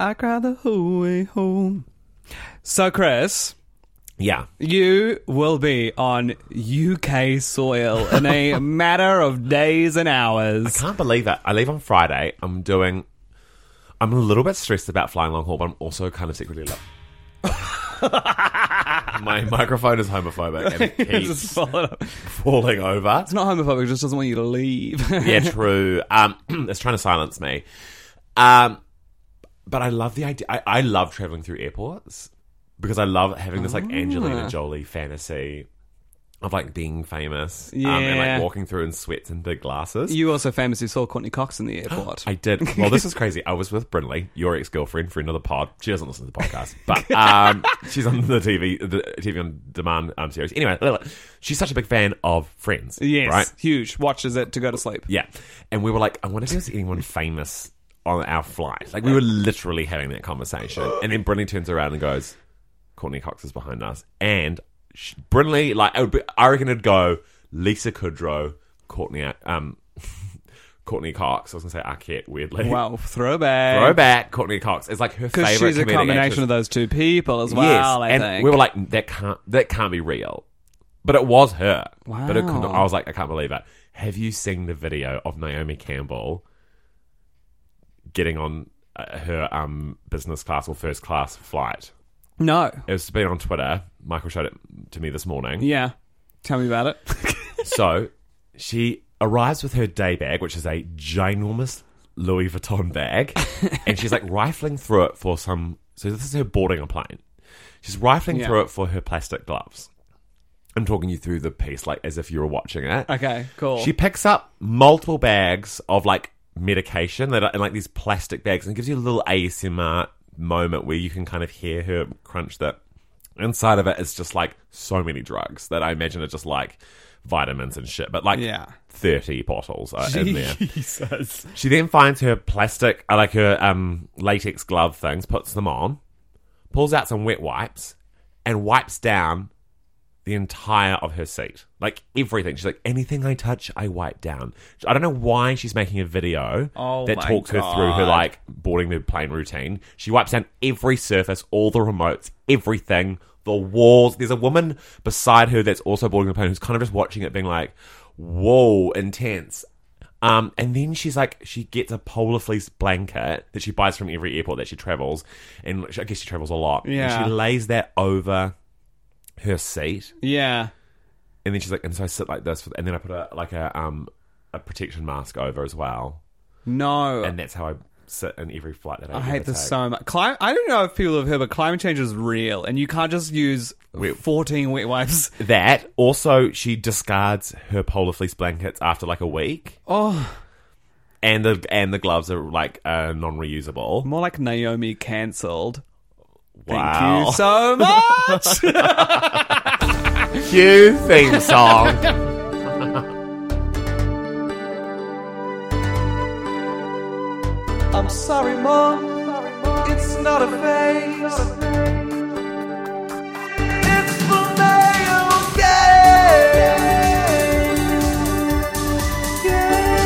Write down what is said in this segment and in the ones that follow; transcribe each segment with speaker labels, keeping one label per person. Speaker 1: I cried the whole way home. So, Chris,
Speaker 2: Yeah.
Speaker 1: you will be on UK soil in a matter of days and
Speaker 2: I
Speaker 1: hours.
Speaker 2: can't believe it. I leave on Friday. I'm doing. I'm a little bit stressed about flying long haul, but I'm also kind of secretly love. My microphone is homophobic and it
Speaker 1: Just
Speaker 2: keeps
Speaker 1: follow it up.
Speaker 2: falling over.
Speaker 1: It's not homophobic, it just doesn't want you to leave.
Speaker 2: Yeah, true. Um, it's trying to silence me. Um, but I love the idea. I, I love traveling through airports because I love having this like
Speaker 1: Ah.
Speaker 2: Angelina Jolie fantasy of like being famous um, and
Speaker 1: Yeah.
Speaker 2: like walking through in sweats and big glasses.
Speaker 1: you also famously saw Courtney Cox in the airport.
Speaker 2: I did. Well, this is crazy. I was with Brinley, your ex girlfriend, friend of the pod. She doesn't listen to the podcast, but um, she's on the TV, the TV on demand um, series. Anyway, look, look, she's such a big fan of Friends.
Speaker 1: yes,
Speaker 2: right?
Speaker 1: huge. Watches it to go to sleep.
Speaker 2: Yeah, and we were like, I wonder if there's anyone famous on our flight. Like, we were literally having that conversation, and then Brinley turns around and goes, "Courtney Cox is behind us," and she, Brinley, like, I, would be, I reckon it'd go Lisa Kudrow, Courtney, um. Courtney Cox. I was gonna say Arquette. Weirdly,
Speaker 1: Wow, throwback.
Speaker 2: Throwback Courtney Cox is like her favorite.
Speaker 1: Because she's a
Speaker 2: comedic
Speaker 1: combination
Speaker 2: actress.
Speaker 1: of those two people as well, I
Speaker 2: and
Speaker 1: think.
Speaker 2: we were like, that can't that can't be real, but it was her. But it could not,
Speaker 1: Wow.
Speaker 2: I was like, I can't believe it. Have you seen the video of Naomi Campbell getting on uh, her um business class or first class flight?
Speaker 1: no.
Speaker 2: It's been on Twitter. Michael showed it to me this morning.
Speaker 1: Yeah. Tell me about it.
Speaker 2: So she arrives with her day bag, which is a ginormous Louis Vuitton bag, and she's like rifling through it for some. So this is her boarding a plane. She's rifling
Speaker 1: Yeah.
Speaker 2: through it for her plastic gloves. I'm talking you through the piece like as if you were watching it.
Speaker 1: Okay, cool.
Speaker 2: She picks up multiple bags of like medication that are in like these plastic bags and it gives you a little ASMR moment where you can kind of hear her crunch that. Inside of it is just like so many drugs that I imagine are just like vitamins and shit, but like
Speaker 1: Yeah.
Speaker 2: 30 bottles are in there.
Speaker 1: Jesus.
Speaker 2: She then finds her plastic, uh, like her um, latex glove things, puts them on, pulls out some wet wipes, and wipes down the entire of her seat. Like everything. She's like, anything I touch, I wipe down. I don't know why she's making a video
Speaker 1: Oh
Speaker 2: that
Speaker 1: my
Speaker 2: talks her through her
Speaker 1: God.
Speaker 2: like boarding the plane routine. She wipes down every surface, all the remotes, everything, the walls. There's a woman beside her that's also boarding the plane who's kind of just watching it, being like, whoa, intense. Um, and then she's like, she gets a polar fleece blanket that she buys from every airport that she travels, and I guess she travels a lot. And
Speaker 1: Yeah.
Speaker 2: she lays that over her seat,
Speaker 1: Yeah.
Speaker 2: and then she's like, and so I sit like this, with, and then I put a like a um a protection mask over as well,
Speaker 1: No.
Speaker 2: and that's how I sit in every flight that I,
Speaker 1: I
Speaker 2: ever
Speaker 1: hate this
Speaker 2: take.
Speaker 1: so much. Clim- I don't know if people have heard, but climate change is real, and you can't just use 14 wet wipes.
Speaker 2: That also, she discards her polar fleece blankets after like a week. Oh. And the and the gloves are like uh, non-reusable.
Speaker 1: More like Naomi cancelled. Thank
Speaker 2: wow.
Speaker 1: you so much.
Speaker 2: Cue theme song.
Speaker 1: I'm sorry, Mom. It's not a phase. It's the male gaze. Gaze.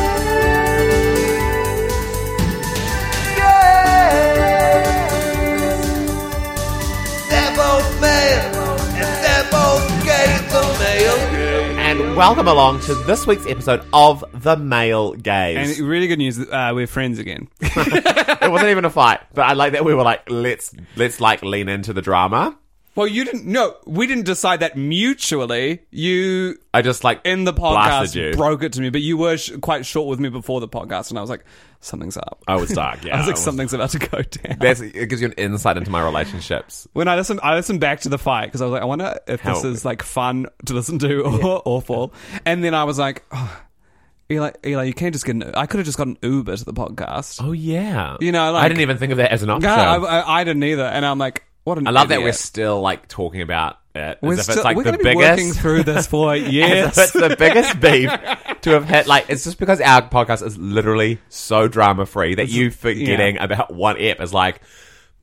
Speaker 1: Gaze. They're both male, and they're both gay. The male gaze.
Speaker 2: And welcome along to this week's episode of The Male
Speaker 1: And
Speaker 2: Gaze.
Speaker 1: really good news, uh, we're friends again.
Speaker 2: it wasn't even a fight, but I like that we were like, let's let's like lean into the drama.
Speaker 1: well, you didn't. No, we didn't decide that mutually. You
Speaker 2: I just like
Speaker 1: in the
Speaker 2: blasted
Speaker 1: podcast
Speaker 2: you.
Speaker 1: broke it to me, but you were sh- quite short with me before the podcast, and I was like, something's up.
Speaker 2: I was dark. Yeah,
Speaker 1: I was like,
Speaker 2: I was-
Speaker 1: something's about to go down.
Speaker 2: That's, it gives you an insight into my relationships.
Speaker 1: when I listened, I listened back to the fight because I was like, I wonder if
Speaker 2: How-
Speaker 1: this is like fun to listen to or awful. And then I was like, oh, Eli, Eli, you can't just get an. I could have just got an Uber to the podcast.
Speaker 2: Oh yeah.
Speaker 1: You know,
Speaker 2: I
Speaker 1: like-
Speaker 2: didn't even think of that as an option.
Speaker 1: Yeah, I,
Speaker 2: I,
Speaker 1: I, I didn't either, and I'm like, what an.
Speaker 2: love that
Speaker 1: idiot.
Speaker 2: we're still like talking about it.
Speaker 1: We're
Speaker 2: as if
Speaker 1: still
Speaker 2: it's like
Speaker 1: we're
Speaker 2: the
Speaker 1: gonna be working
Speaker 2: biggest
Speaker 1: through this for
Speaker 2: Yes.
Speaker 1: years.
Speaker 2: it's the biggest beef to have had. Like, it's just because our podcast is literally so drama free that you forgetting about one app is like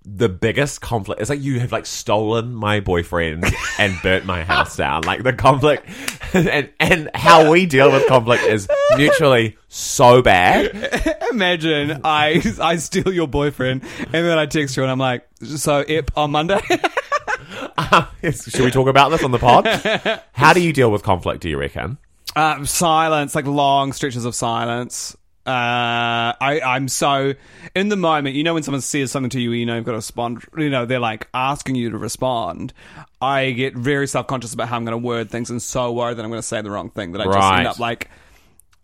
Speaker 2: the biggest conflict. It's like you have like stolen my boyfriend and burnt my house down. Like the conflict and and how we deal with conflict is mutually so bad.
Speaker 1: Imagine I I steal your boyfriend, and then I text you, and I'm like, so ip on Monday.
Speaker 2: Should we talk about this on the pod? How do you deal with conflict? Do you reckon?
Speaker 1: Uh, silence, like long stretches of silence. Uh, I, I'm so in the moment. You know when someone says something to you, you know you've got to respond. You know they're like asking you to respond. I get very self conscious about how I'm going to word things, and so worried that I'm going to say the wrong thing that I just
Speaker 2: Right.
Speaker 1: end up like.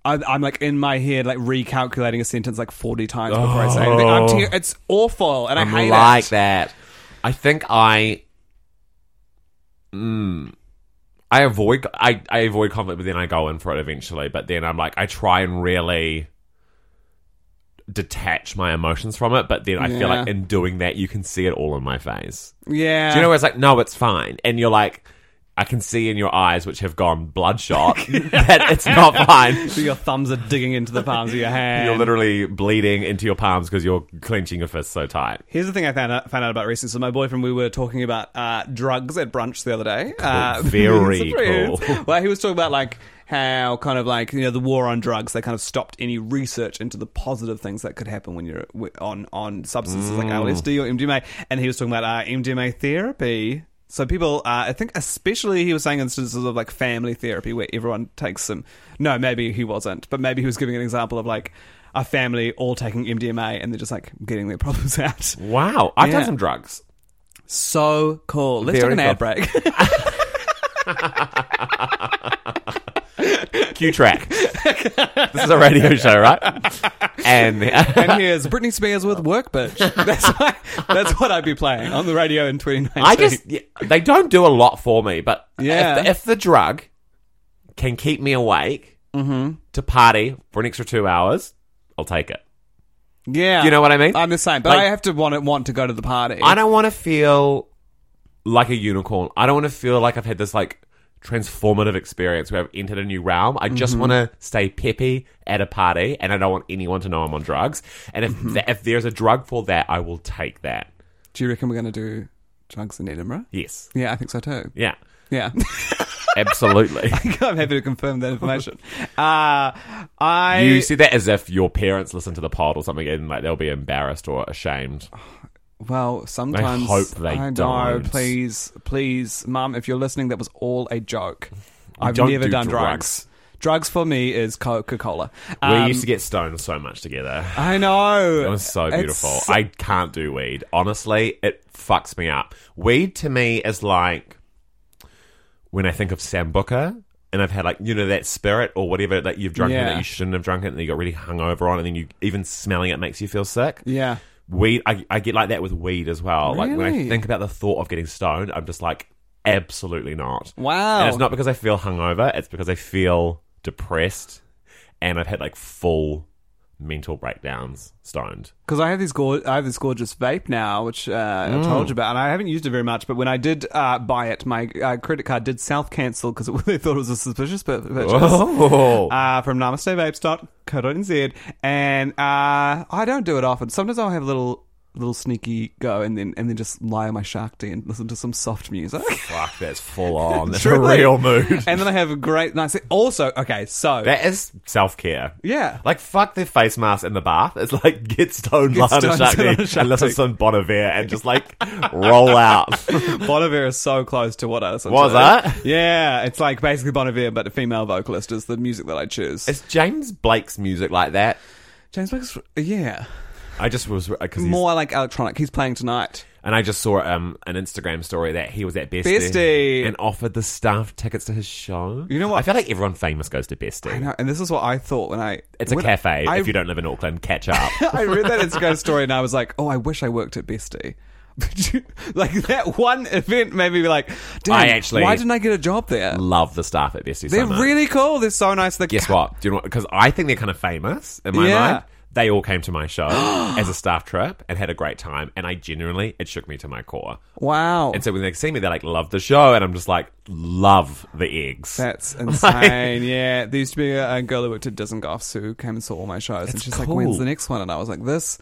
Speaker 1: I, I'm like in my head, like recalculating a sentence like 40 times before I say anything. I'm te- it's awful, and i hate
Speaker 2: Oh. like
Speaker 1: it.
Speaker 2: that. I think I, Mm. I avoid I, I avoid conflict, but then I go in for it eventually. But then I'm like I try and really detach my emotions from it. But then I feel
Speaker 1: Yeah.
Speaker 2: like
Speaker 1: Ah.
Speaker 2: in doing that, you can see it all in my face.
Speaker 1: Yeah,
Speaker 2: Do you know where it's like, no, it's fine, and you're like. I can see in your eyes, which have gone bloodshot, that it's not fine.
Speaker 1: So your thumbs are digging into the palms of your hand.
Speaker 2: You're literally bleeding into your palms because you're clenching your fists so tight.
Speaker 1: Here's the thing I found out, found out about recently. So my boyfriend, we were talking about uh, drugs at brunch the other day. Uh,
Speaker 2: Very
Speaker 1: it's friends.
Speaker 2: cool.
Speaker 1: Well, he was talking about like how kind of like you know the war on drugs. They kind of stopped any research into the positive things that could happen when you're w- on on substances
Speaker 2: Mm.
Speaker 1: like LSD or MDMA. And he was talking about uh, MDMA therapy. So people, uh, I think, especially he was saying instances of like family therapy where everyone takes some. No, maybe he wasn't, but maybe he was giving an example of like a family all taking MDMA and they're just like getting their problems out.
Speaker 2: Wow, I've done
Speaker 1: Yeah.
Speaker 2: some drugs.
Speaker 1: So cool. Let's
Speaker 2: Very
Speaker 1: take an ad
Speaker 2: cool.
Speaker 1: break.
Speaker 2: Q track. this is a radio show, right? And
Speaker 1: and here's Britney Spears with Work Bitch. That's, why, that's what I'd be playing on the radio in 2019.
Speaker 2: I just yeah, they don't do a lot for me, but
Speaker 1: Yeah.
Speaker 2: if, the, if the drug can keep me awake to party for an extra two hours, I'll take it.
Speaker 1: yeah.
Speaker 2: You know what I mean?
Speaker 1: I'm the same, but
Speaker 2: Like-
Speaker 1: I have to want to want to go to the party.
Speaker 2: I don't want to feel like a unicorn. I don't want to feel like I've had this like transformative experience where I've entered a new realm. I just want to stay peppy at a party, and I don't want anyone to know I'm on drugs. And if th- if there's a drug for that, I will take that.
Speaker 1: Do you reckon we're going to do drugs in Edinburgh?
Speaker 2: Yes.
Speaker 1: Yeah, I think so too.
Speaker 2: Yeah.
Speaker 1: Yeah.
Speaker 2: Absolutely.
Speaker 1: I'm happy to confirm that information. Uh, I
Speaker 2: you see that as if your parents listen to the pod or something, and like they'll be embarrassed or ashamed.
Speaker 1: well sometimes
Speaker 2: hope they
Speaker 1: I know,
Speaker 2: don't.
Speaker 1: Please, please, Mum, if you're listening, that was all a joke. I've
Speaker 2: don't
Speaker 1: never
Speaker 2: do
Speaker 1: done
Speaker 2: drugs.
Speaker 1: drugs. Drugs for me is Um, Coca Cola.
Speaker 2: we used to get stoned so much together.
Speaker 1: I know.
Speaker 2: It was so
Speaker 1: It's-
Speaker 2: beautiful. I can't do weed. Honestly, it fucks me up. Weed to me is like when I think of Sambuca and I've had like, you know, that spirit or whatever that you've drunk
Speaker 1: Yeah.
Speaker 2: that you shouldn't have drunk it and you got really hungover on and then you even smelling it makes you feel sick.
Speaker 1: yeah.
Speaker 2: Weed I, I get like that with weed as well. Like when I
Speaker 1: Really?
Speaker 2: think about the thought of getting stoned, I'm just like, absolutely not.
Speaker 1: Wow.
Speaker 2: And it's not because I feel hungover, it's because I feel depressed and I've had like full mental breakdowns stoned.
Speaker 1: because I have these gor I have this gorgeous vape now, which uh,
Speaker 2: Mm.
Speaker 1: I told you about, and I haven't used it very much. But when I did uh, buy it, my uh, credit card did self cancel because they thought it was a suspicious pur- purchase.
Speaker 2: Oh.
Speaker 1: Uh, from namastevapes.co.nz and uh, I don't do it often. Sometimes I'll have a little little sneaky go and then and then just lie on my shark D and listen to some soft music.
Speaker 2: Fuck, that's full on. That's a
Speaker 1: Truly.
Speaker 2: real mood.
Speaker 1: and then I have a great nice also okay, so
Speaker 2: That is self care.
Speaker 1: yeah.
Speaker 2: Like, fuck the face mask in the bath. It's like, get stoned,
Speaker 1: Get
Speaker 2: get on a
Speaker 1: stoned,
Speaker 2: shark
Speaker 1: sit on a
Speaker 2: Tank
Speaker 1: Shark
Speaker 2: and listen to
Speaker 1: Tank.
Speaker 2: some Bon Iver and just like roll out.
Speaker 1: Bon Iver is so close to what I listen
Speaker 2: Was
Speaker 1: to.
Speaker 2: it?
Speaker 1: Yeah, it's like basically Bon Iver, but a female vocalist is the music that I choose.
Speaker 2: is James Blake's music like that?
Speaker 1: James Blake's, yeah,
Speaker 2: I just was, because he's,
Speaker 1: more like electronic. He's playing tonight.
Speaker 2: and I just saw um, an Instagram story that he was at Bestie,
Speaker 1: Bestie.
Speaker 2: and offered the staff tickets to his show.
Speaker 1: You know what?
Speaker 2: I feel like everyone famous goes to Bestie.
Speaker 1: I know, and this is what I thought when I.
Speaker 2: It's a
Speaker 1: when
Speaker 2: cafe.
Speaker 1: I,
Speaker 2: if you don't live in Auckland, catch up.
Speaker 1: I read that Instagram story and I was like, oh, I wish I worked at Bestie. But you- like that one event made me be like, damn,
Speaker 2: I actually-
Speaker 1: why didn't I get a job there?
Speaker 2: Love the staff at Bestie.
Speaker 1: They're
Speaker 2: so much.
Speaker 1: really cool. They're so nice. They're
Speaker 2: Guess what? Do you know? Because I think they're kind of famous in my
Speaker 1: Yeah.
Speaker 2: mind. They all came to my show as a staff trip and had a great time. And I genuinely, it shook me to my core.
Speaker 1: Wow.
Speaker 2: And so when they see me, they're like, love the show. And I'm just like, love the eggs.
Speaker 1: That's insane. yeah, there used to be a, a girl who worked at Disney Goffs who came and saw all my shows, and she's like, "When's
Speaker 2: cool.
Speaker 1: the next one?" And I was like, "This,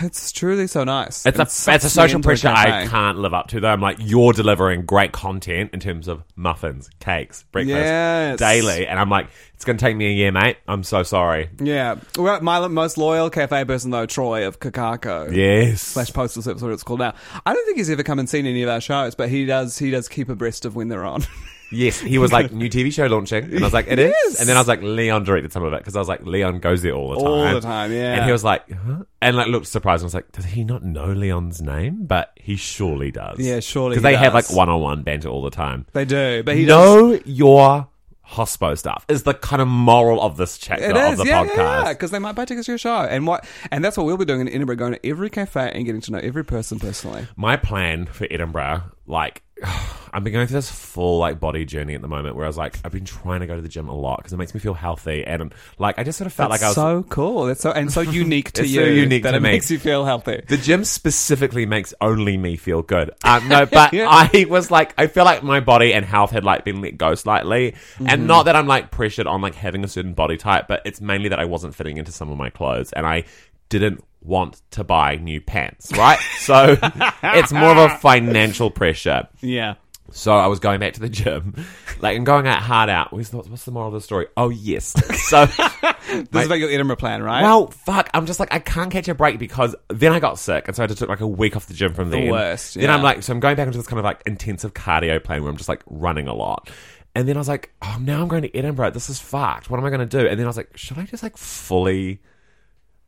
Speaker 1: it's truly so nice."
Speaker 2: It's
Speaker 1: It
Speaker 2: a,
Speaker 1: sucks
Speaker 2: it's a
Speaker 1: me
Speaker 2: social
Speaker 1: into
Speaker 2: pressure I
Speaker 1: cafe.
Speaker 2: can't live up to, though. I'm like, you're delivering great content in terms of muffins, cakes, breakfast,
Speaker 1: Yes.
Speaker 2: daily. And I'm like, it's going to take me a year, mate. I'm so sorry.
Speaker 1: Yeah, well, my lo- most loyal cafe person though, Troy of Kakako.
Speaker 2: Yes.
Speaker 1: Slash postal service, what it's called now. I don't think he's ever come and seen any of our shows, but he does. He does keep abreast of when they're on.
Speaker 2: Yes, he was like new TV show launching, and I was like, it is.
Speaker 1: Yes.
Speaker 2: And then I was like, Leon directed some of it because I was like, Leon goes there all the time,
Speaker 1: All the time, yeah.
Speaker 2: And he was like, huh? and like looked surprised. I was like, does he not know Leon's name? But he surely does.
Speaker 1: Yeah, surely
Speaker 2: because
Speaker 1: he
Speaker 2: they have like
Speaker 1: does.
Speaker 2: one-on-one banter all the time.
Speaker 1: they do, but he does.
Speaker 2: know your hospo stuff is the kind of moral of this chapter
Speaker 1: It
Speaker 2: of
Speaker 1: is,
Speaker 2: the
Speaker 1: yeah,
Speaker 2: podcast.
Speaker 1: yeah, because they might buy tickets to your show, and what, and that's what we'll be doing in Edinburgh, going to every cafe and getting to know every person personally.
Speaker 2: my plan for Edinburgh, like, I've been going through this full like body journey at the moment, where I was like, I've been trying to go to the gym a lot because it makes me feel healthy, and like, I just sort of felt like I was
Speaker 1: so cool. That's so and so unique to
Speaker 2: It's
Speaker 1: you.
Speaker 2: so unique
Speaker 1: that
Speaker 2: to
Speaker 1: it
Speaker 2: me.
Speaker 1: makes you feel healthy.
Speaker 2: The gym specifically makes only me feel good. Um, no, but
Speaker 1: Yeah.
Speaker 2: I was like, I feel like my body and health had like been let go slightly, and not that I'm like pressured on like having a certain body type, but it's mainly that I wasn't fitting into some of my clothes, and I didn't want to buy new pants, right? so it's more of a financial pressure.
Speaker 1: Yeah.
Speaker 2: So I was going back to the gym, like and going out hard out. What's the, what's the moral of the story? Oh yes, so.
Speaker 1: This is about your Edinburgh plan, right?
Speaker 2: Well, fuck. I'm just like, I can't catch a break because then I got sick. And so I just took like a week off the gym from the then.
Speaker 1: worst,
Speaker 2: Then
Speaker 1: yeah.
Speaker 2: I'm like, so I'm going back into this kind of like intensive cardio plan where I'm just like running a lot. And then I was like, oh, now I'm going to Edinburgh. This is fucked. What am I going to do? And then I was like, should I just like fully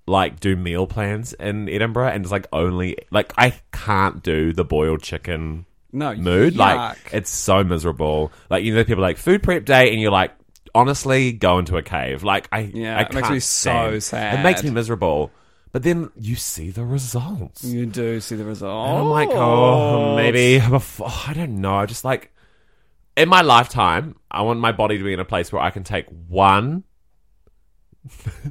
Speaker 2: like do meal plans in Edinburgh and just like only like I can't do the boiled chicken
Speaker 1: No,
Speaker 2: mood. Like
Speaker 1: yuck.
Speaker 2: it's so miserable. Like you know people are like food prep day and you're like honestly go into a cave. Like I
Speaker 1: Yeah,
Speaker 2: I
Speaker 1: it makes me
Speaker 2: can't
Speaker 1: so
Speaker 2: stand- It makes
Speaker 1: sad.
Speaker 2: me miserable. But then you see the results.
Speaker 1: you do see the result.
Speaker 2: And I'm like, oh, maybe before, I don't know. Just like in my lifetime, I want my body to be in a place where I can take one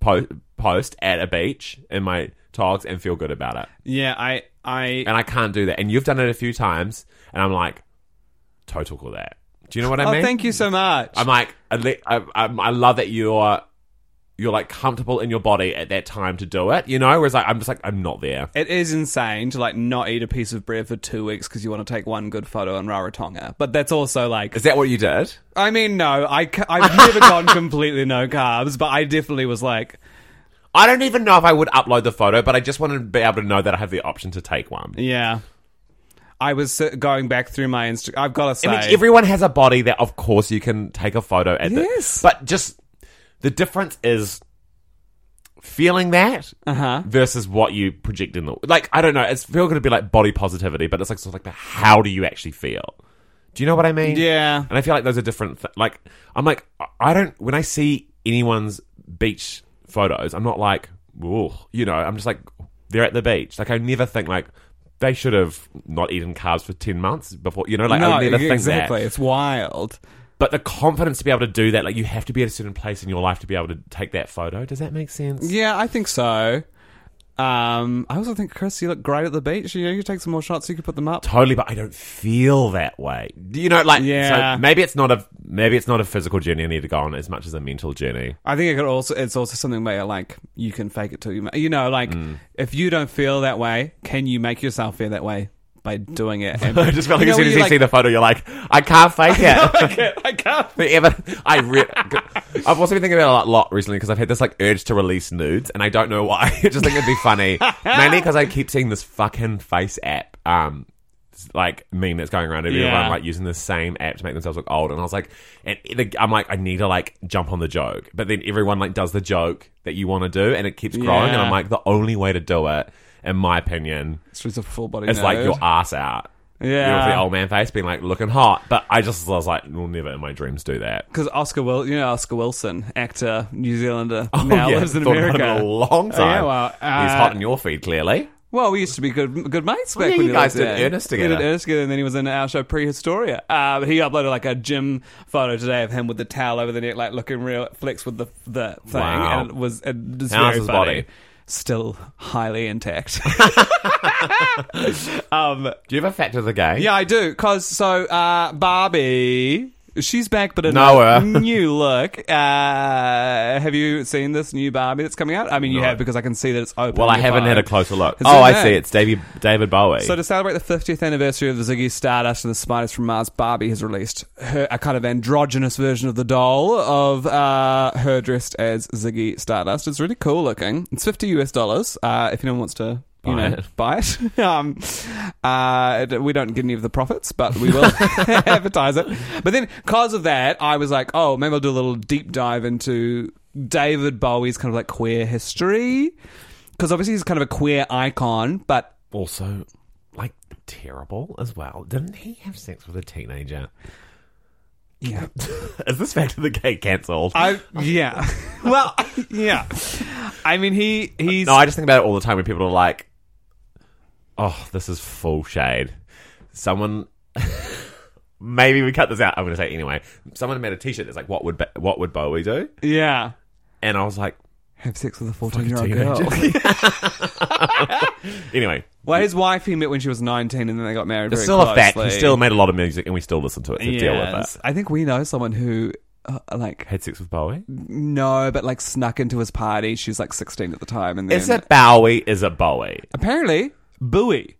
Speaker 2: po- post at a beach in my togs and feel good about it.
Speaker 1: Yeah, I, I.
Speaker 2: And I can't do that. And you've done it a few times, and I'm like, total call that. Do you know what I
Speaker 1: oh,
Speaker 2: mean?
Speaker 1: thank you so much.
Speaker 2: I'm like, I, le- I, I'm- I love that you're. You're like comfortable in your body at that time to do it, you know. Whereas like, I'm just like I'm not there.
Speaker 1: it is insane to like not eat a piece of bread for two weeks because you want to take one good photo on Rarotonga, but that's also like
Speaker 2: Is that what you did?
Speaker 1: I mean, no, I ca- I've never gone completely no carbs, but I definitely was like,
Speaker 2: I don't even know if I would upload the photo, but I just want to be able to know that I have the option to take one.
Speaker 1: yeah, I was uh, going back through my Insta. I've got to say,
Speaker 2: I mean, everyone has a body that, of course, you can take a photo at. the-
Speaker 1: Yes.
Speaker 2: but just the difference is feeling that
Speaker 1: Uh-huh.
Speaker 2: versus what you project in the like. I don't know. It's feel going to be like body positivity, but it's like sort of like the how do you actually feel? Do you know what I mean?
Speaker 1: yeah,
Speaker 2: And I feel like those are different. Th- like I'm like I- I don't when I see anyone's beach photos, I'm not like whoa, you know. I'm just like they're at the beach. Like I never think like they should have not eaten carbs for ten months before. You know, like
Speaker 1: no,
Speaker 2: I would never
Speaker 1: exactly.
Speaker 2: think that.
Speaker 1: It's wild.
Speaker 2: But the confidence to be able to do that, like you have to be at a certain place in your life to be able to take that photo. Does that make sense?
Speaker 1: Yeah, I think so. Um, I also think Chris, you look great at the beach. You know, you take some more shots, you could put them up.
Speaker 2: Totally, but I don't feel that way. You know, like
Speaker 1: Yeah.
Speaker 2: so maybe it's not a maybe it's not a physical journey I need to go on as much as a mental journey.
Speaker 1: I think it could also it's also something where like you can fake it till you ma- you know like
Speaker 2: Mm.
Speaker 1: if you don't feel that way, can you make yourself feel that way by doing it? And-
Speaker 2: I just felt like
Speaker 1: You
Speaker 2: as
Speaker 1: know,
Speaker 2: soon as
Speaker 1: you
Speaker 2: you
Speaker 1: like-
Speaker 2: see the photo, you're like, I can't fake it.
Speaker 1: I can't.
Speaker 2: But ever, I re- I've also been thinking about it a lot recently because I've had this like urge to release nudes, and I don't know why. I just think it'd be funny, mainly because I keep seeing this fucking face app, um, like meme that's going around everywhere.
Speaker 1: Yeah.
Speaker 2: Everyone like using the same app to make themselves look old, and I was like, and the, I'm like, I need to like jump on the joke, but then everyone like does the joke that you want to do, and it keeps growing, and
Speaker 1: Yeah.
Speaker 2: I'm like, the only way to do it, in my opinion,
Speaker 1: It's just a full body.
Speaker 2: it's like
Speaker 1: nerd.
Speaker 2: your ass out. You know,
Speaker 1: yeah.
Speaker 2: with the old man face being like looking hot. But I just was like, will never in my dreams do that.
Speaker 1: because Oscar Wil- you know Oscar Wilson, actor, New Zealander, now
Speaker 2: Oh, yeah,
Speaker 1: lives in
Speaker 2: thought about it
Speaker 1: America.
Speaker 2: a long
Speaker 1: Oh, yeah,
Speaker 2: time.
Speaker 1: well,
Speaker 2: He's
Speaker 1: uh,
Speaker 2: hot in your feed, clearly.
Speaker 1: Well, we used to be good good mates back
Speaker 2: yeah,
Speaker 1: when he
Speaker 2: you guys
Speaker 1: lived
Speaker 2: did
Speaker 1: there.
Speaker 2: Ernest
Speaker 1: We
Speaker 2: together.
Speaker 1: did Ernest together, and then he was in our show Prehistoria. Uh, but he uploaded like a gym photo today of him with the towel over the neck, like looking real flex with the the thing,
Speaker 2: Wow.
Speaker 1: and it was it was
Speaker 2: How's
Speaker 1: very
Speaker 2: his
Speaker 1: funny.
Speaker 2: body?
Speaker 1: Still highly intact. um,
Speaker 2: Do you ever factor the gay?
Speaker 1: yeah, I do. Cause so uh, Barbie, she's back, but in
Speaker 2: Know
Speaker 1: a
Speaker 2: her.
Speaker 1: new look. Uh, have you seen this new Barbie that's coming out? I mean, you
Speaker 2: No.
Speaker 1: have because I can see that it's open.
Speaker 2: Well,
Speaker 1: on
Speaker 2: I
Speaker 1: your
Speaker 2: haven't
Speaker 1: phone.
Speaker 2: had a closer look.
Speaker 1: It's
Speaker 2: Oh,
Speaker 1: okay.
Speaker 2: I see. It's David David Bowie.
Speaker 1: So to celebrate the 50th anniversary of the Ziggy Stardust and the Spiders from Mars, Barbie has released her, a kind of androgynous version of the doll of uh, her dressed as Ziggy Stardust. It's really cool looking. It's 50 US dollars uh, if anyone wants to. You
Speaker 2: Buy
Speaker 1: know,
Speaker 2: it.
Speaker 1: buy it. um, uh, d- we don't get any of the profits, but we will advertise it. But then, because of that, I was like, oh, maybe I'll do a little deep dive into David Bowie's kind of like queer history. Because obviously he's kind of a queer icon, but
Speaker 2: also, like terrible as well. Didn't he have sex with a teenager?
Speaker 1: yeah.
Speaker 2: Is this fact of the gay cancelled?
Speaker 1: I yeah. well, yeah. I mean, he he's
Speaker 2: No, I just think about it all the time when people are like, "Oh, this is full shade." Someone, maybe we cut this out. I'm going to say anyway. Someone made a T-shirt that's like, "What would Ba- what would Bowie do?"
Speaker 1: yeah.
Speaker 2: And I was like,
Speaker 1: Have sex with a fourteen-year-old
Speaker 2: teenager.
Speaker 1: girl.
Speaker 2: "Anyway,
Speaker 1: well, his wife he met when she was nineteen, and then they got married.
Speaker 2: it's
Speaker 1: very
Speaker 2: still a fact. He
Speaker 1: closely.
Speaker 2: still made a lot of music, and we still listen to it. So deal with
Speaker 1: Yes.
Speaker 2: it."
Speaker 1: I think we know someone who. Uh, like
Speaker 2: Had sex with Bowie?
Speaker 1: no, but like snuck into his party. She was like sixteen at the time, and then
Speaker 2: Is it Bowie? Is it Bowie?
Speaker 1: apparently Bowie.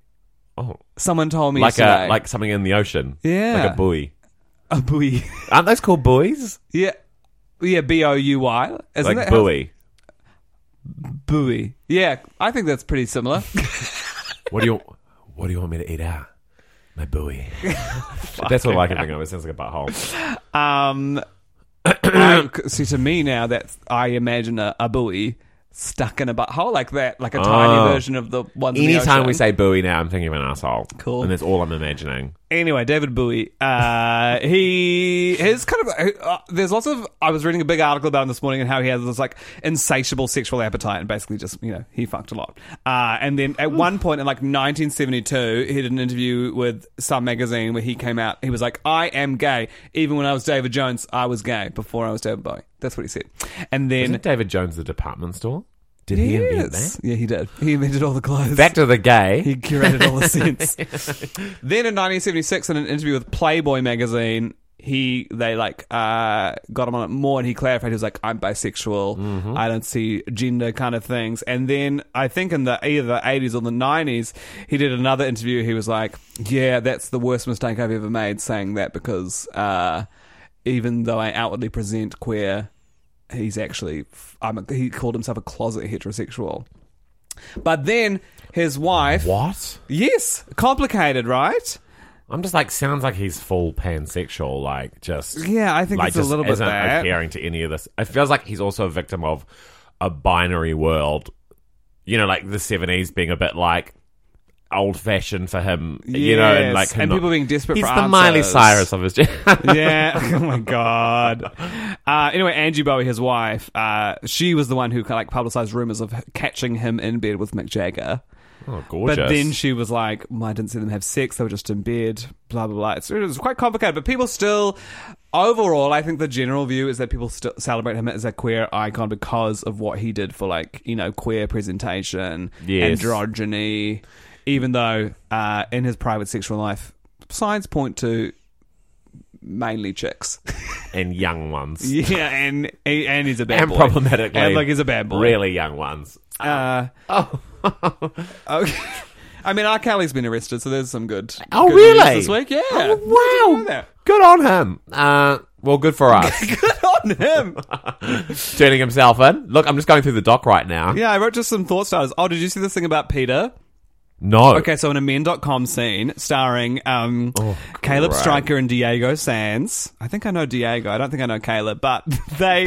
Speaker 2: Oh,
Speaker 1: Someone told me
Speaker 2: like
Speaker 1: yesterday.
Speaker 2: a like something in the ocean.
Speaker 1: Yeah.
Speaker 2: like a buoy.
Speaker 1: a buoy.
Speaker 2: Aren't those called buoys?
Speaker 1: yeah, yeah. B o u y. Isn't
Speaker 2: Like
Speaker 1: that how-
Speaker 2: buoy.
Speaker 1: Buoy. Yeah, I think that's pretty similar.
Speaker 2: What do you What do you want me to eat out? My buoy. That's all I can think of. It sounds like a butthole.
Speaker 1: Um, I- see, to me now that I imagine a, a buoy stuck in a butthole like that, like a tiny
Speaker 2: Oh.
Speaker 1: version of the ones. in the
Speaker 2: Anytime we
Speaker 1: ocean.
Speaker 2: say buoy now, I'm thinking of an asshole.
Speaker 1: Cool.
Speaker 2: And that's all I'm imagining.
Speaker 1: anyway, David Bowie, uh, he is kind of uh, there's lots of. I was reading a big article about him this morning and how he has this like insatiable sexual appetite and basically just you know he fucked a lot. Uh, and then at one point in like 1972, he did an interview with some magazine where he came out. He was like, "I am gay. Even when I was David Jones, I was gay before I was David Bowie." That's what he said. And then
Speaker 2: Isn't David Jones the department store? Did he invent
Speaker 1: yes,
Speaker 2: that?
Speaker 1: yeah, he did. He invented all the clothes.
Speaker 2: Back to the gay.
Speaker 1: He curated all the scents. then in 1976, in an interview with Playboy magazine, he they like uh, got him on it more, and he clarified he was like, "I'm bisexual. I don't see gender kind of things." And then I think in the either the 80s or the 90s, he did another interview. He was like, "Yeah, that's the worst mistake I've ever made saying that because uh, even though I outwardly present queer." He's actually, I'm a, he called himself a closet heterosexual. But then his wife,
Speaker 2: what?
Speaker 1: Yes, complicated, right?
Speaker 2: I'm just like sounds like he's full pansexual, like just
Speaker 1: Yeah, I think
Speaker 2: like
Speaker 1: it's a
Speaker 2: just
Speaker 1: little bit
Speaker 2: isn't
Speaker 1: that.
Speaker 2: adhering to any of this. It feels like he's also a victim of a binary world. You know, like the seventies being a bit like old fashioned for him. You know, and
Speaker 1: Yes,
Speaker 2: like him
Speaker 1: and
Speaker 2: not-
Speaker 1: people being desperate
Speaker 2: He's
Speaker 1: for
Speaker 2: the Miley
Speaker 1: answers.
Speaker 2: Cyrus of his gen-
Speaker 1: yeah. Oh my god. Uh, anyway, Angie Bowie, his wife, uh, she was the one who kind of like publicized rumors of catching him in bed with Mick Jagger.
Speaker 2: Oh,
Speaker 1: But
Speaker 2: gorgeous.
Speaker 1: then she was like, "Well, "I didn't see them have sex; they were just in bed." Blah blah blah. It's, it was quite complicated, but people still. Overall, I think the general view is that people still celebrate him as a queer icon because of what he did for, like, you know, queer presentation,
Speaker 2: Yes.
Speaker 1: androgyny. Even though uh, in his private sexual life, signs point to mainly chicks.
Speaker 2: and young ones.
Speaker 1: yeah, and and he's a bad
Speaker 2: And
Speaker 1: boy.
Speaker 2: problematically.
Speaker 1: and like he's a bad boy.
Speaker 2: Really young ones.
Speaker 1: Uh,
Speaker 2: Oh.
Speaker 1: Okay. I mean, R. Kelly's been arrested, so there's some good.
Speaker 2: Oh,
Speaker 1: good news
Speaker 2: really?
Speaker 1: This week, yeah.
Speaker 2: Oh,
Speaker 1: Didn't know
Speaker 2: wow.
Speaker 1: that.
Speaker 2: Good on him. Uh, well, good for us.
Speaker 1: Good on him.
Speaker 2: Turning himself in. Look, I'm just going through the doc right now.
Speaker 1: yeah, I wrote just some thought starters. Oh, did you see this thing about Peter?
Speaker 2: No.
Speaker 1: Okay, so in a men.com scene starring um, Caleb
Speaker 2: Oh, great.
Speaker 1: Stryker and Diego Sands. I think I know Diego. I don't think I know Caleb, but they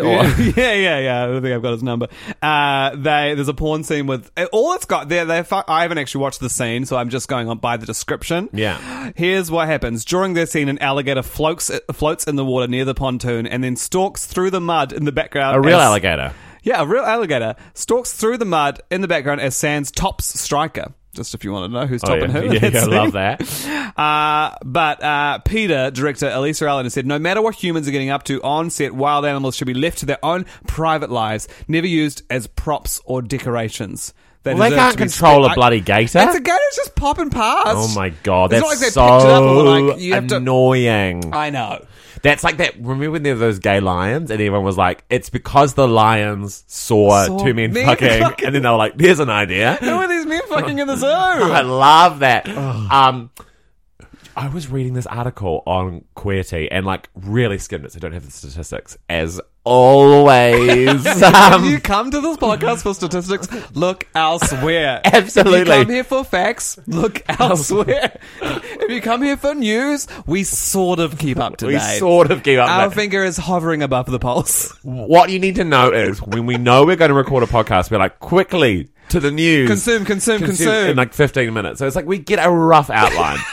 Speaker 2: or-
Speaker 1: yeah, yeah, yeah, yeah. I don't think I've got his number. Uh, they there's a porn scene with all it's got there. They I haven't actually watched the scene, so I'm just going on by the description.
Speaker 2: Yeah.
Speaker 1: Here's what happens during their scene: an alligator floats floats in the water near the pontoon and then stalks through the mud in the background.
Speaker 2: A real
Speaker 1: as-
Speaker 2: alligator.
Speaker 1: Yeah, a real alligator stalks through the mud in the background as Sans tops Striker. Just if you want to know who's
Speaker 2: Oh,
Speaker 1: topping
Speaker 2: yeah.
Speaker 1: who.
Speaker 2: Yeah,
Speaker 1: in
Speaker 2: yeah, I
Speaker 1: scene.
Speaker 2: love that.
Speaker 1: Uh, but uh, Peter, director Elisa Allen, has said no matter what humans are getting up to on set, wild animals should be left to their own private lives, never used as props or decorations.
Speaker 2: Well, they
Speaker 1: deserve
Speaker 2: can't
Speaker 1: to be
Speaker 2: control
Speaker 1: spe-
Speaker 2: a bloody gator.
Speaker 1: It's a gator's just popping past.
Speaker 2: Oh my god,
Speaker 1: It's
Speaker 2: that's
Speaker 1: not like they
Speaker 2: so
Speaker 1: picked it up and were like, you have to-
Speaker 2: annoying.
Speaker 1: I know.
Speaker 2: That's like that. Remember when there were those gay lions, and everyone was like, "It's because the lions saw,
Speaker 1: Saw
Speaker 2: two men
Speaker 1: men
Speaker 2: fucking,"
Speaker 1: fucking.
Speaker 2: and then they were like, "There's an idea."
Speaker 1: Who are these men fucking in the zoo?
Speaker 2: I love that. um, I was reading this article on Queerty and like really skimmed it, so I don't have the statistics as always.
Speaker 1: If
Speaker 2: um,
Speaker 1: you come to this podcast for statistics, look elsewhere.
Speaker 2: Absolutely.
Speaker 1: If you come here for facts, look elsewhere. if you come here for news, we sort of keep up to
Speaker 2: we
Speaker 1: date.
Speaker 2: sort of gave up.
Speaker 1: Our
Speaker 2: that.
Speaker 1: finger is hovering above the pulse.
Speaker 2: what you need to know is when we know we're going to record a podcast, we're like quickly to the news.
Speaker 1: Consume, consume,
Speaker 2: consume
Speaker 1: consume.
Speaker 2: in like 15 minutes. So it's like we get a rough outline.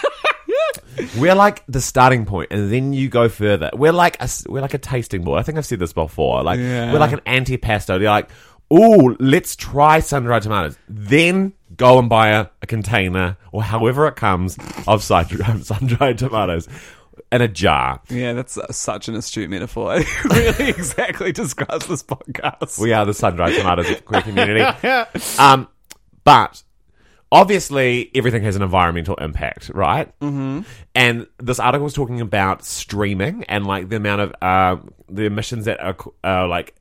Speaker 2: We're like the starting point, and then you go further. We're like a s- we're like a tasting board. I think I've said this before. Like
Speaker 1: Yeah.
Speaker 2: we're like an antipasto. You're like, ooh, let's try sun-dried tomatoes. Then go and buy a, a container or however it comes of sun- sun-dried tomatoes in a jar.
Speaker 1: yeah, that's uh, such an astute metaphor. It really exactly describes this podcast.
Speaker 2: We are the sun-dried tomatoes of the queer community. Um, but obviously, everything has an environmental impact, right? Mm-hmm. And this article was talking about streaming and like the amount of um, the emissions that are c- uh, like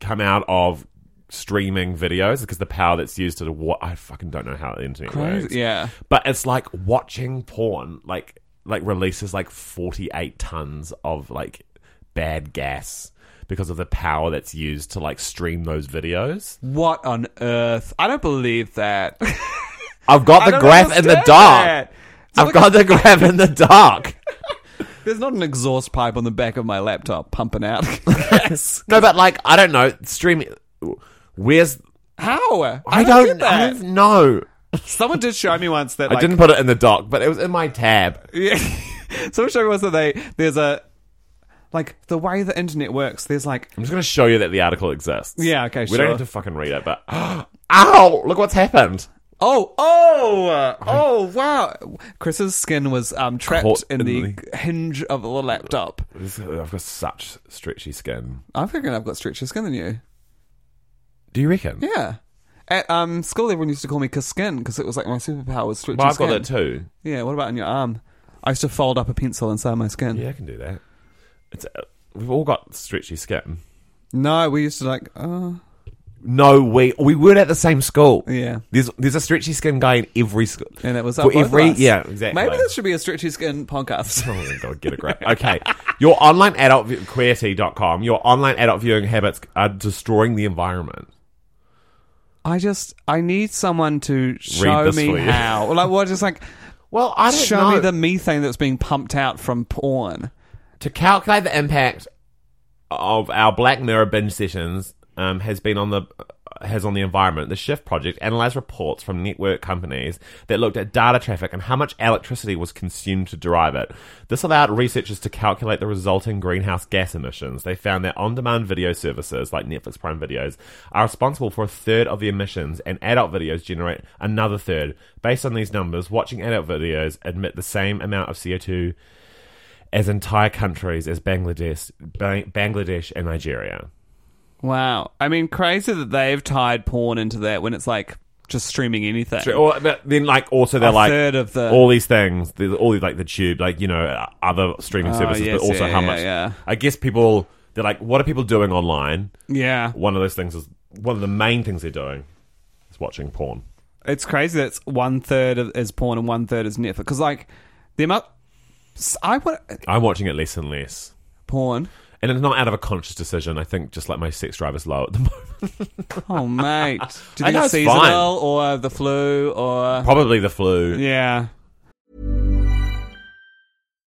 Speaker 2: come out of streaming videos because the power that's used to the what I fucking don't know how the internet works.
Speaker 1: Yeah.
Speaker 2: But it's like watching porn, like like releases like forty eight tons of like bad gas because of the power that's used to like stream those videos.
Speaker 1: What on earth? I don't believe that.
Speaker 2: I've got
Speaker 1: I
Speaker 2: the
Speaker 1: don't
Speaker 2: graph in the
Speaker 1: understand
Speaker 2: dark.
Speaker 1: that.
Speaker 2: I've got the graph in the dark.
Speaker 1: There's not an exhaust pipe on the back of my laptop pumping out. yes.
Speaker 2: No, but like I don't know streaming. Where's
Speaker 1: How? I,
Speaker 2: I,
Speaker 1: don't,
Speaker 2: don't,
Speaker 1: get
Speaker 2: I
Speaker 1: that.
Speaker 2: don't know.
Speaker 1: Someone did show me once that
Speaker 2: I
Speaker 1: like,
Speaker 2: didn't put it in the dock, but it was in my tab.
Speaker 1: Yeah. Someone showed me once that they there's a like the way the internet works. There's like
Speaker 2: I'm just going to show you that the article exists.
Speaker 1: Yeah, okay,
Speaker 2: we
Speaker 1: sure.
Speaker 2: don't need to fucking read it, but ow! Look what's happened.
Speaker 1: oh oh uh, oh wow. Chris's skin was um trapped
Speaker 2: Caught
Speaker 1: in,
Speaker 2: in
Speaker 1: the, hinge of the laptop.
Speaker 2: This- I've got such stretchy skin.
Speaker 1: I'm figuring I've got stretchier skin than you.
Speaker 2: Do you reckon?
Speaker 1: Yeah. At um school, everyone used to call me Kiss Skin because it was like my superpower was stretchy
Speaker 2: Well, I've
Speaker 1: skin.
Speaker 2: got that too.
Speaker 1: Yeah. What about on your arm? I used to fold up a pencil inside my skin.
Speaker 2: Yeah, I can do that. It's uh, we've all got stretchy skin.
Speaker 1: No, we used to like. Oh,
Speaker 2: No, we we weren't at the same school.
Speaker 1: Yeah.
Speaker 2: there's there's a stretchy skin guy in every school,
Speaker 1: and it was up
Speaker 2: for
Speaker 1: both of
Speaker 2: every
Speaker 1: us.
Speaker 2: yeah exactly.
Speaker 1: Maybe this should be a stretchy skin podcast.
Speaker 2: Oh my god, get it right. Okay. Your online adult view- queerty.com, your online adult viewing habits are destroying the environment.
Speaker 1: I just I need someone to show
Speaker 2: this
Speaker 1: me
Speaker 2: for you.
Speaker 1: how. Like, well, just like
Speaker 2: Well, I don't
Speaker 1: show
Speaker 2: know.
Speaker 1: me the methane that's being pumped out from porn.
Speaker 2: to calculate the impact of our Black Mirror binge sessions um, has been on the uh, has on the environment. The Shift Project analyzed reports from network companies that looked at data traffic and how much electricity was consumed to derive it. This allowed researchers to calculate the resulting greenhouse gas emissions. They found that on-demand video services like Netflix Prime Videos are responsible for a third of the emissions, and adult videos generate another third. Based on these numbers, watching adult videos emit the same amount of CO two as entire countries as Bangladesh, Bang- Bangladesh and Nigeria.
Speaker 1: Wow, I mean, crazy that they've tied porn into that when it's like just streaming anything.
Speaker 2: Or, but then, like, also they're
Speaker 1: A
Speaker 2: like
Speaker 1: third of the-
Speaker 2: all these things, there's all these like the tube, like you know, other streaming services,
Speaker 1: Ah, yes,
Speaker 2: but also
Speaker 1: yeah,
Speaker 2: how
Speaker 1: yeah,
Speaker 2: much.
Speaker 1: yeah.
Speaker 2: I guess people they're like, what are people doing online?
Speaker 1: Yeah,
Speaker 2: One of those things is one of the main things they're doing is watching porn.
Speaker 1: it's crazy that it's one third of, is porn and one third is Netflix. Because like the amount I want
Speaker 2: I'm watching it less and less.
Speaker 1: porn.
Speaker 2: And it's not out of a conscious decision. I think just like my sex drive is low at the moment.
Speaker 1: Oh mate, do you
Speaker 2: I
Speaker 1: think
Speaker 2: know
Speaker 1: it's
Speaker 2: it's fine.
Speaker 1: seasonal or the flu or
Speaker 2: Probably the flu.
Speaker 1: yeah?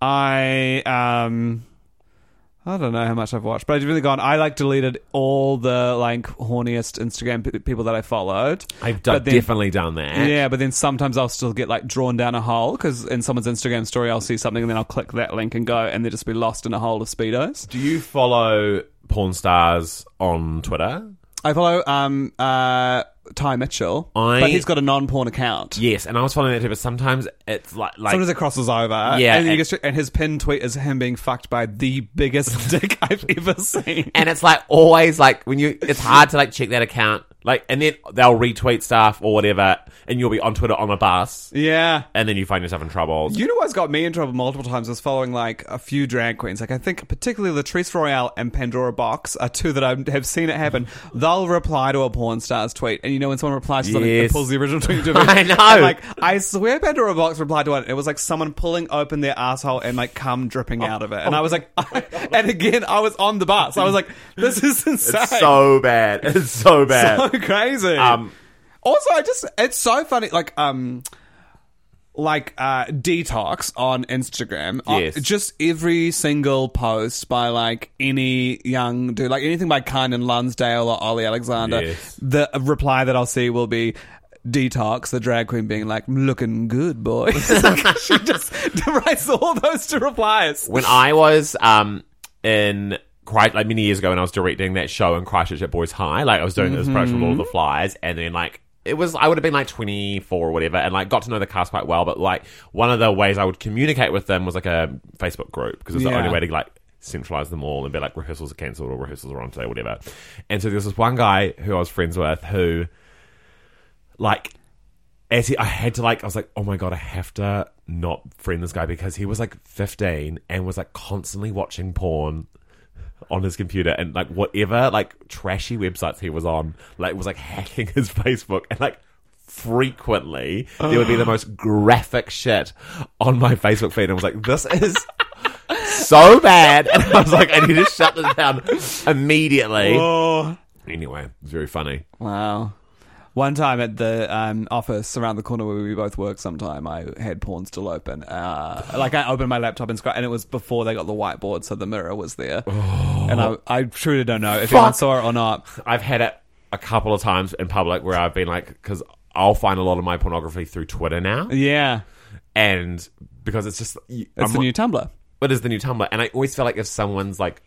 Speaker 1: I um I don't know how much I've watched, but I've really gone. I like deleted all the like horniest Instagram pe- people that I followed.
Speaker 2: I've done,
Speaker 1: But then-
Speaker 2: definitely done that.
Speaker 1: Yeah, but then sometimes I'll still get like drawn down a hole because in someone's Instagram story I'll see something and then I'll click that link and go and they'll just be lost in a hole of speedos.
Speaker 2: Do you follow porn stars on Twitter?
Speaker 1: I follow um uh Ty Mitchell,
Speaker 2: I-
Speaker 1: but he's got a non-porn account.
Speaker 2: Yes, and I was following that too, but sometimes it's like like
Speaker 1: Sometimes it crosses over.
Speaker 2: Yeah,
Speaker 1: and, you
Speaker 2: and-
Speaker 1: just- and his pin tweet is him being fucked by the biggest dick I've ever seen.
Speaker 2: and it's like always like when you it's hard to like check that account like and then they'll retweet stuff or whatever and you'll be on twitter on a bus
Speaker 1: yeah,
Speaker 2: and then you find yourself in trouble
Speaker 1: You know what's got me in trouble multiple times was following like a few drag queens. Like I think particularly Latrice Royale and Pandora Box are two that I have seen it happen. They'll reply to a porn star's tweet, and you know when someone replies to something, it
Speaker 2: Yes.
Speaker 1: pulls the original tweet. To
Speaker 2: I know.
Speaker 1: And, like I swear, Pandora Box replied to one. and It was like someone pulling open their asshole and like cum dripping out of it, and I was like, and again, I was on the bus. I was like, this is insane.
Speaker 2: it's so bad it's so bad
Speaker 1: So crazy.
Speaker 2: Um,
Speaker 1: also, I just it's so funny. Like um, like uh, detox on Instagram. Uh,
Speaker 2: Yes.
Speaker 1: just every single post by like any young dude, like anything by Kynan Lunsdale or Ollie Alexander.
Speaker 2: Yes.
Speaker 1: The reply that I'll see will be. Detox, the drag queen being like, looking good, boy. Like, she just writes all those two replies.
Speaker 2: when i was um in Christ, like many years ago when i was directing that show in christchurch at boys high like i was doing this production with all the flies and then like it was i would have been like 24 or whatever and like got to know the cast quite well but like one of the ways i would communicate with them was like a facebook group because it's the
Speaker 1: Yeah.
Speaker 2: only way to like centralize them all and be like rehearsals are cancelled or rehearsals are on today whatever and so there's this one guy who i was friends with who like as he, I had to like I was like, oh my god, I have to not friend this guy because he was like 15 and was like constantly watching porn on his computer and like whatever like trashy websites he was on, like was like hacking his Facebook and like frequently there would be the most graphic shit on my Facebook feed and I was like, this is so bad and I was like, I need to shut this down immediately. Anyway, it's very funny.
Speaker 1: Wow. One time at the um, office around the corner where we both work, sometime I had porn still open. Uh, like I opened my laptop and scrolled, and it was before they got the whiteboard, so the mirror was there.
Speaker 2: Oh.
Speaker 1: And I, I truly don't know if anyone saw it or not.
Speaker 2: I've had it a couple of times in public where I've been like, because I'll find a lot of my pornography through Twitter now,
Speaker 1: Yeah,
Speaker 2: and because it's just you-
Speaker 1: it's
Speaker 2: I'm-
Speaker 1: the new Tumblr.
Speaker 2: It is the new Tumblr, and I always feel like if someone's like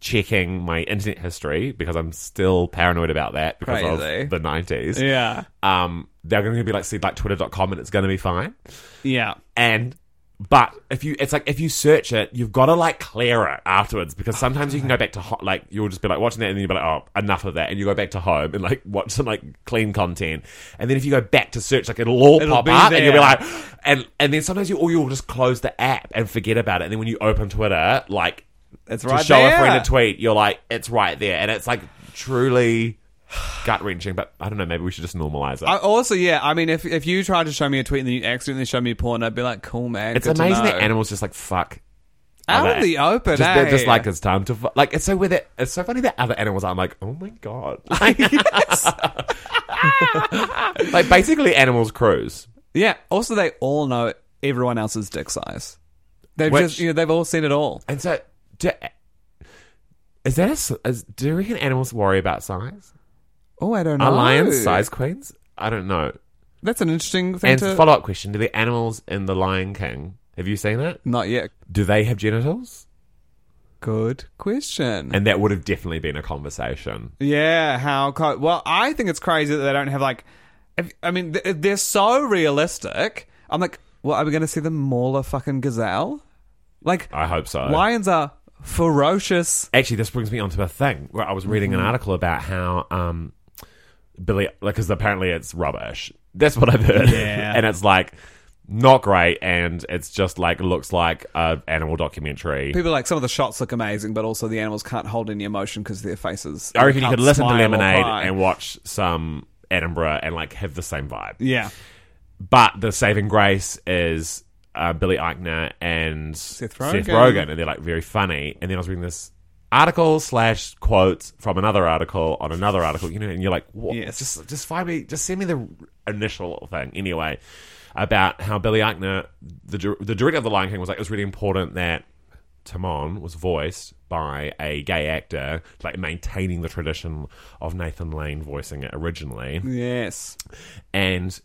Speaker 2: checking my internet history because I'm still paranoid about that because
Speaker 1: Crazy.
Speaker 2: of the 90s.
Speaker 1: Yeah,
Speaker 2: Um, they're going to be like, see, like Twitter.com, and it's going to be fine.
Speaker 1: yeah.
Speaker 2: And but if you, it's like if you search it, you've got to like clear it afterwards because sometimes you can go back to ho- like you'll just be like watching that and then you'll be like, oh, enough of that, and you go back to home and like watch some like clean content, and then if you go back to search, like it'll all
Speaker 1: It'll
Speaker 2: pop
Speaker 1: be
Speaker 2: up, and you'll
Speaker 1: there.
Speaker 2: be like, and and then sometimes you or you'll just close the app and forget about it, and then when you open Twitter, like
Speaker 1: It's
Speaker 2: to
Speaker 1: right
Speaker 2: show
Speaker 1: there.
Speaker 2: a friend a tweet, you're like, it's right there, and it's like truly gut wrenching. But I don't know, maybe we should just normalize it.
Speaker 1: I also, yeah. I mean, if if you tried to show me a tweet and then you accidentally showed me porn, I'd be like, "Cool, man."
Speaker 2: it's
Speaker 1: good to
Speaker 2: amazing
Speaker 1: know.
Speaker 2: that animals just like fuck
Speaker 1: out
Speaker 2: other-
Speaker 1: of the open.
Speaker 2: Just,
Speaker 1: eh?
Speaker 2: they're just like it's time to fu-" like it's so weird. That, it's so funny that other animals aren't like oh my god. Like, like, basically animals cruise.
Speaker 1: yeah. Also, they all know everyone else's dick size. They've
Speaker 2: Which-
Speaker 1: just, you know, they've all seen it all.
Speaker 2: And so do, is that a s is, do you reckon animals worry about size?
Speaker 1: Oh, I don't know.
Speaker 2: Are lions size queens? I don't know.
Speaker 1: That's an interesting thing
Speaker 2: And
Speaker 1: to.
Speaker 2: follow up question: Do the animals in the Lion King? Have you seen that?
Speaker 1: Not yet.
Speaker 2: Do they have genitals?
Speaker 1: Good question.
Speaker 2: And that would have definitely been a conversation.
Speaker 1: yeah, how? Co- well, I think it's crazy that they don't have like. If, I mean, th- they're so realistic. I'm like, well, are we going to see them maul a fucking gazelle? Like,
Speaker 2: I hope so.
Speaker 1: lions are ferocious.
Speaker 2: actually this brings me onto a thing where I was reading
Speaker 1: Mm-hmm.
Speaker 2: an article about how um Billy like because apparently it's rubbish. That's what I've heard.
Speaker 1: Yeah.
Speaker 2: and it's like not great, and it's just like looks like a animal documentary.
Speaker 1: People like some of the shots look amazing, but also the animals can't hold any emotion because their faces.
Speaker 2: I reckon you
Speaker 1: can't
Speaker 2: could listen to
Speaker 1: smile or
Speaker 2: Lemonade
Speaker 1: cry.
Speaker 2: and watch some Edinburgh and like have the same vibe.
Speaker 1: yeah,
Speaker 2: But the saving grace is uh, Billy Eichner and Seth
Speaker 1: Rogen.
Speaker 2: and they're like very funny. And then I was reading this article slash quotes from another article on another article, you know, and you're like, what?
Speaker 1: Yes.
Speaker 2: Just just find me, just send me the initial thing anyway about how Billy Eichner, the dir- the director of The Lion King, was like, it was really important that. Timon was voiced by a gay actor, like maintaining the tradition of Nathan Lane voicing it originally
Speaker 1: yes,
Speaker 2: and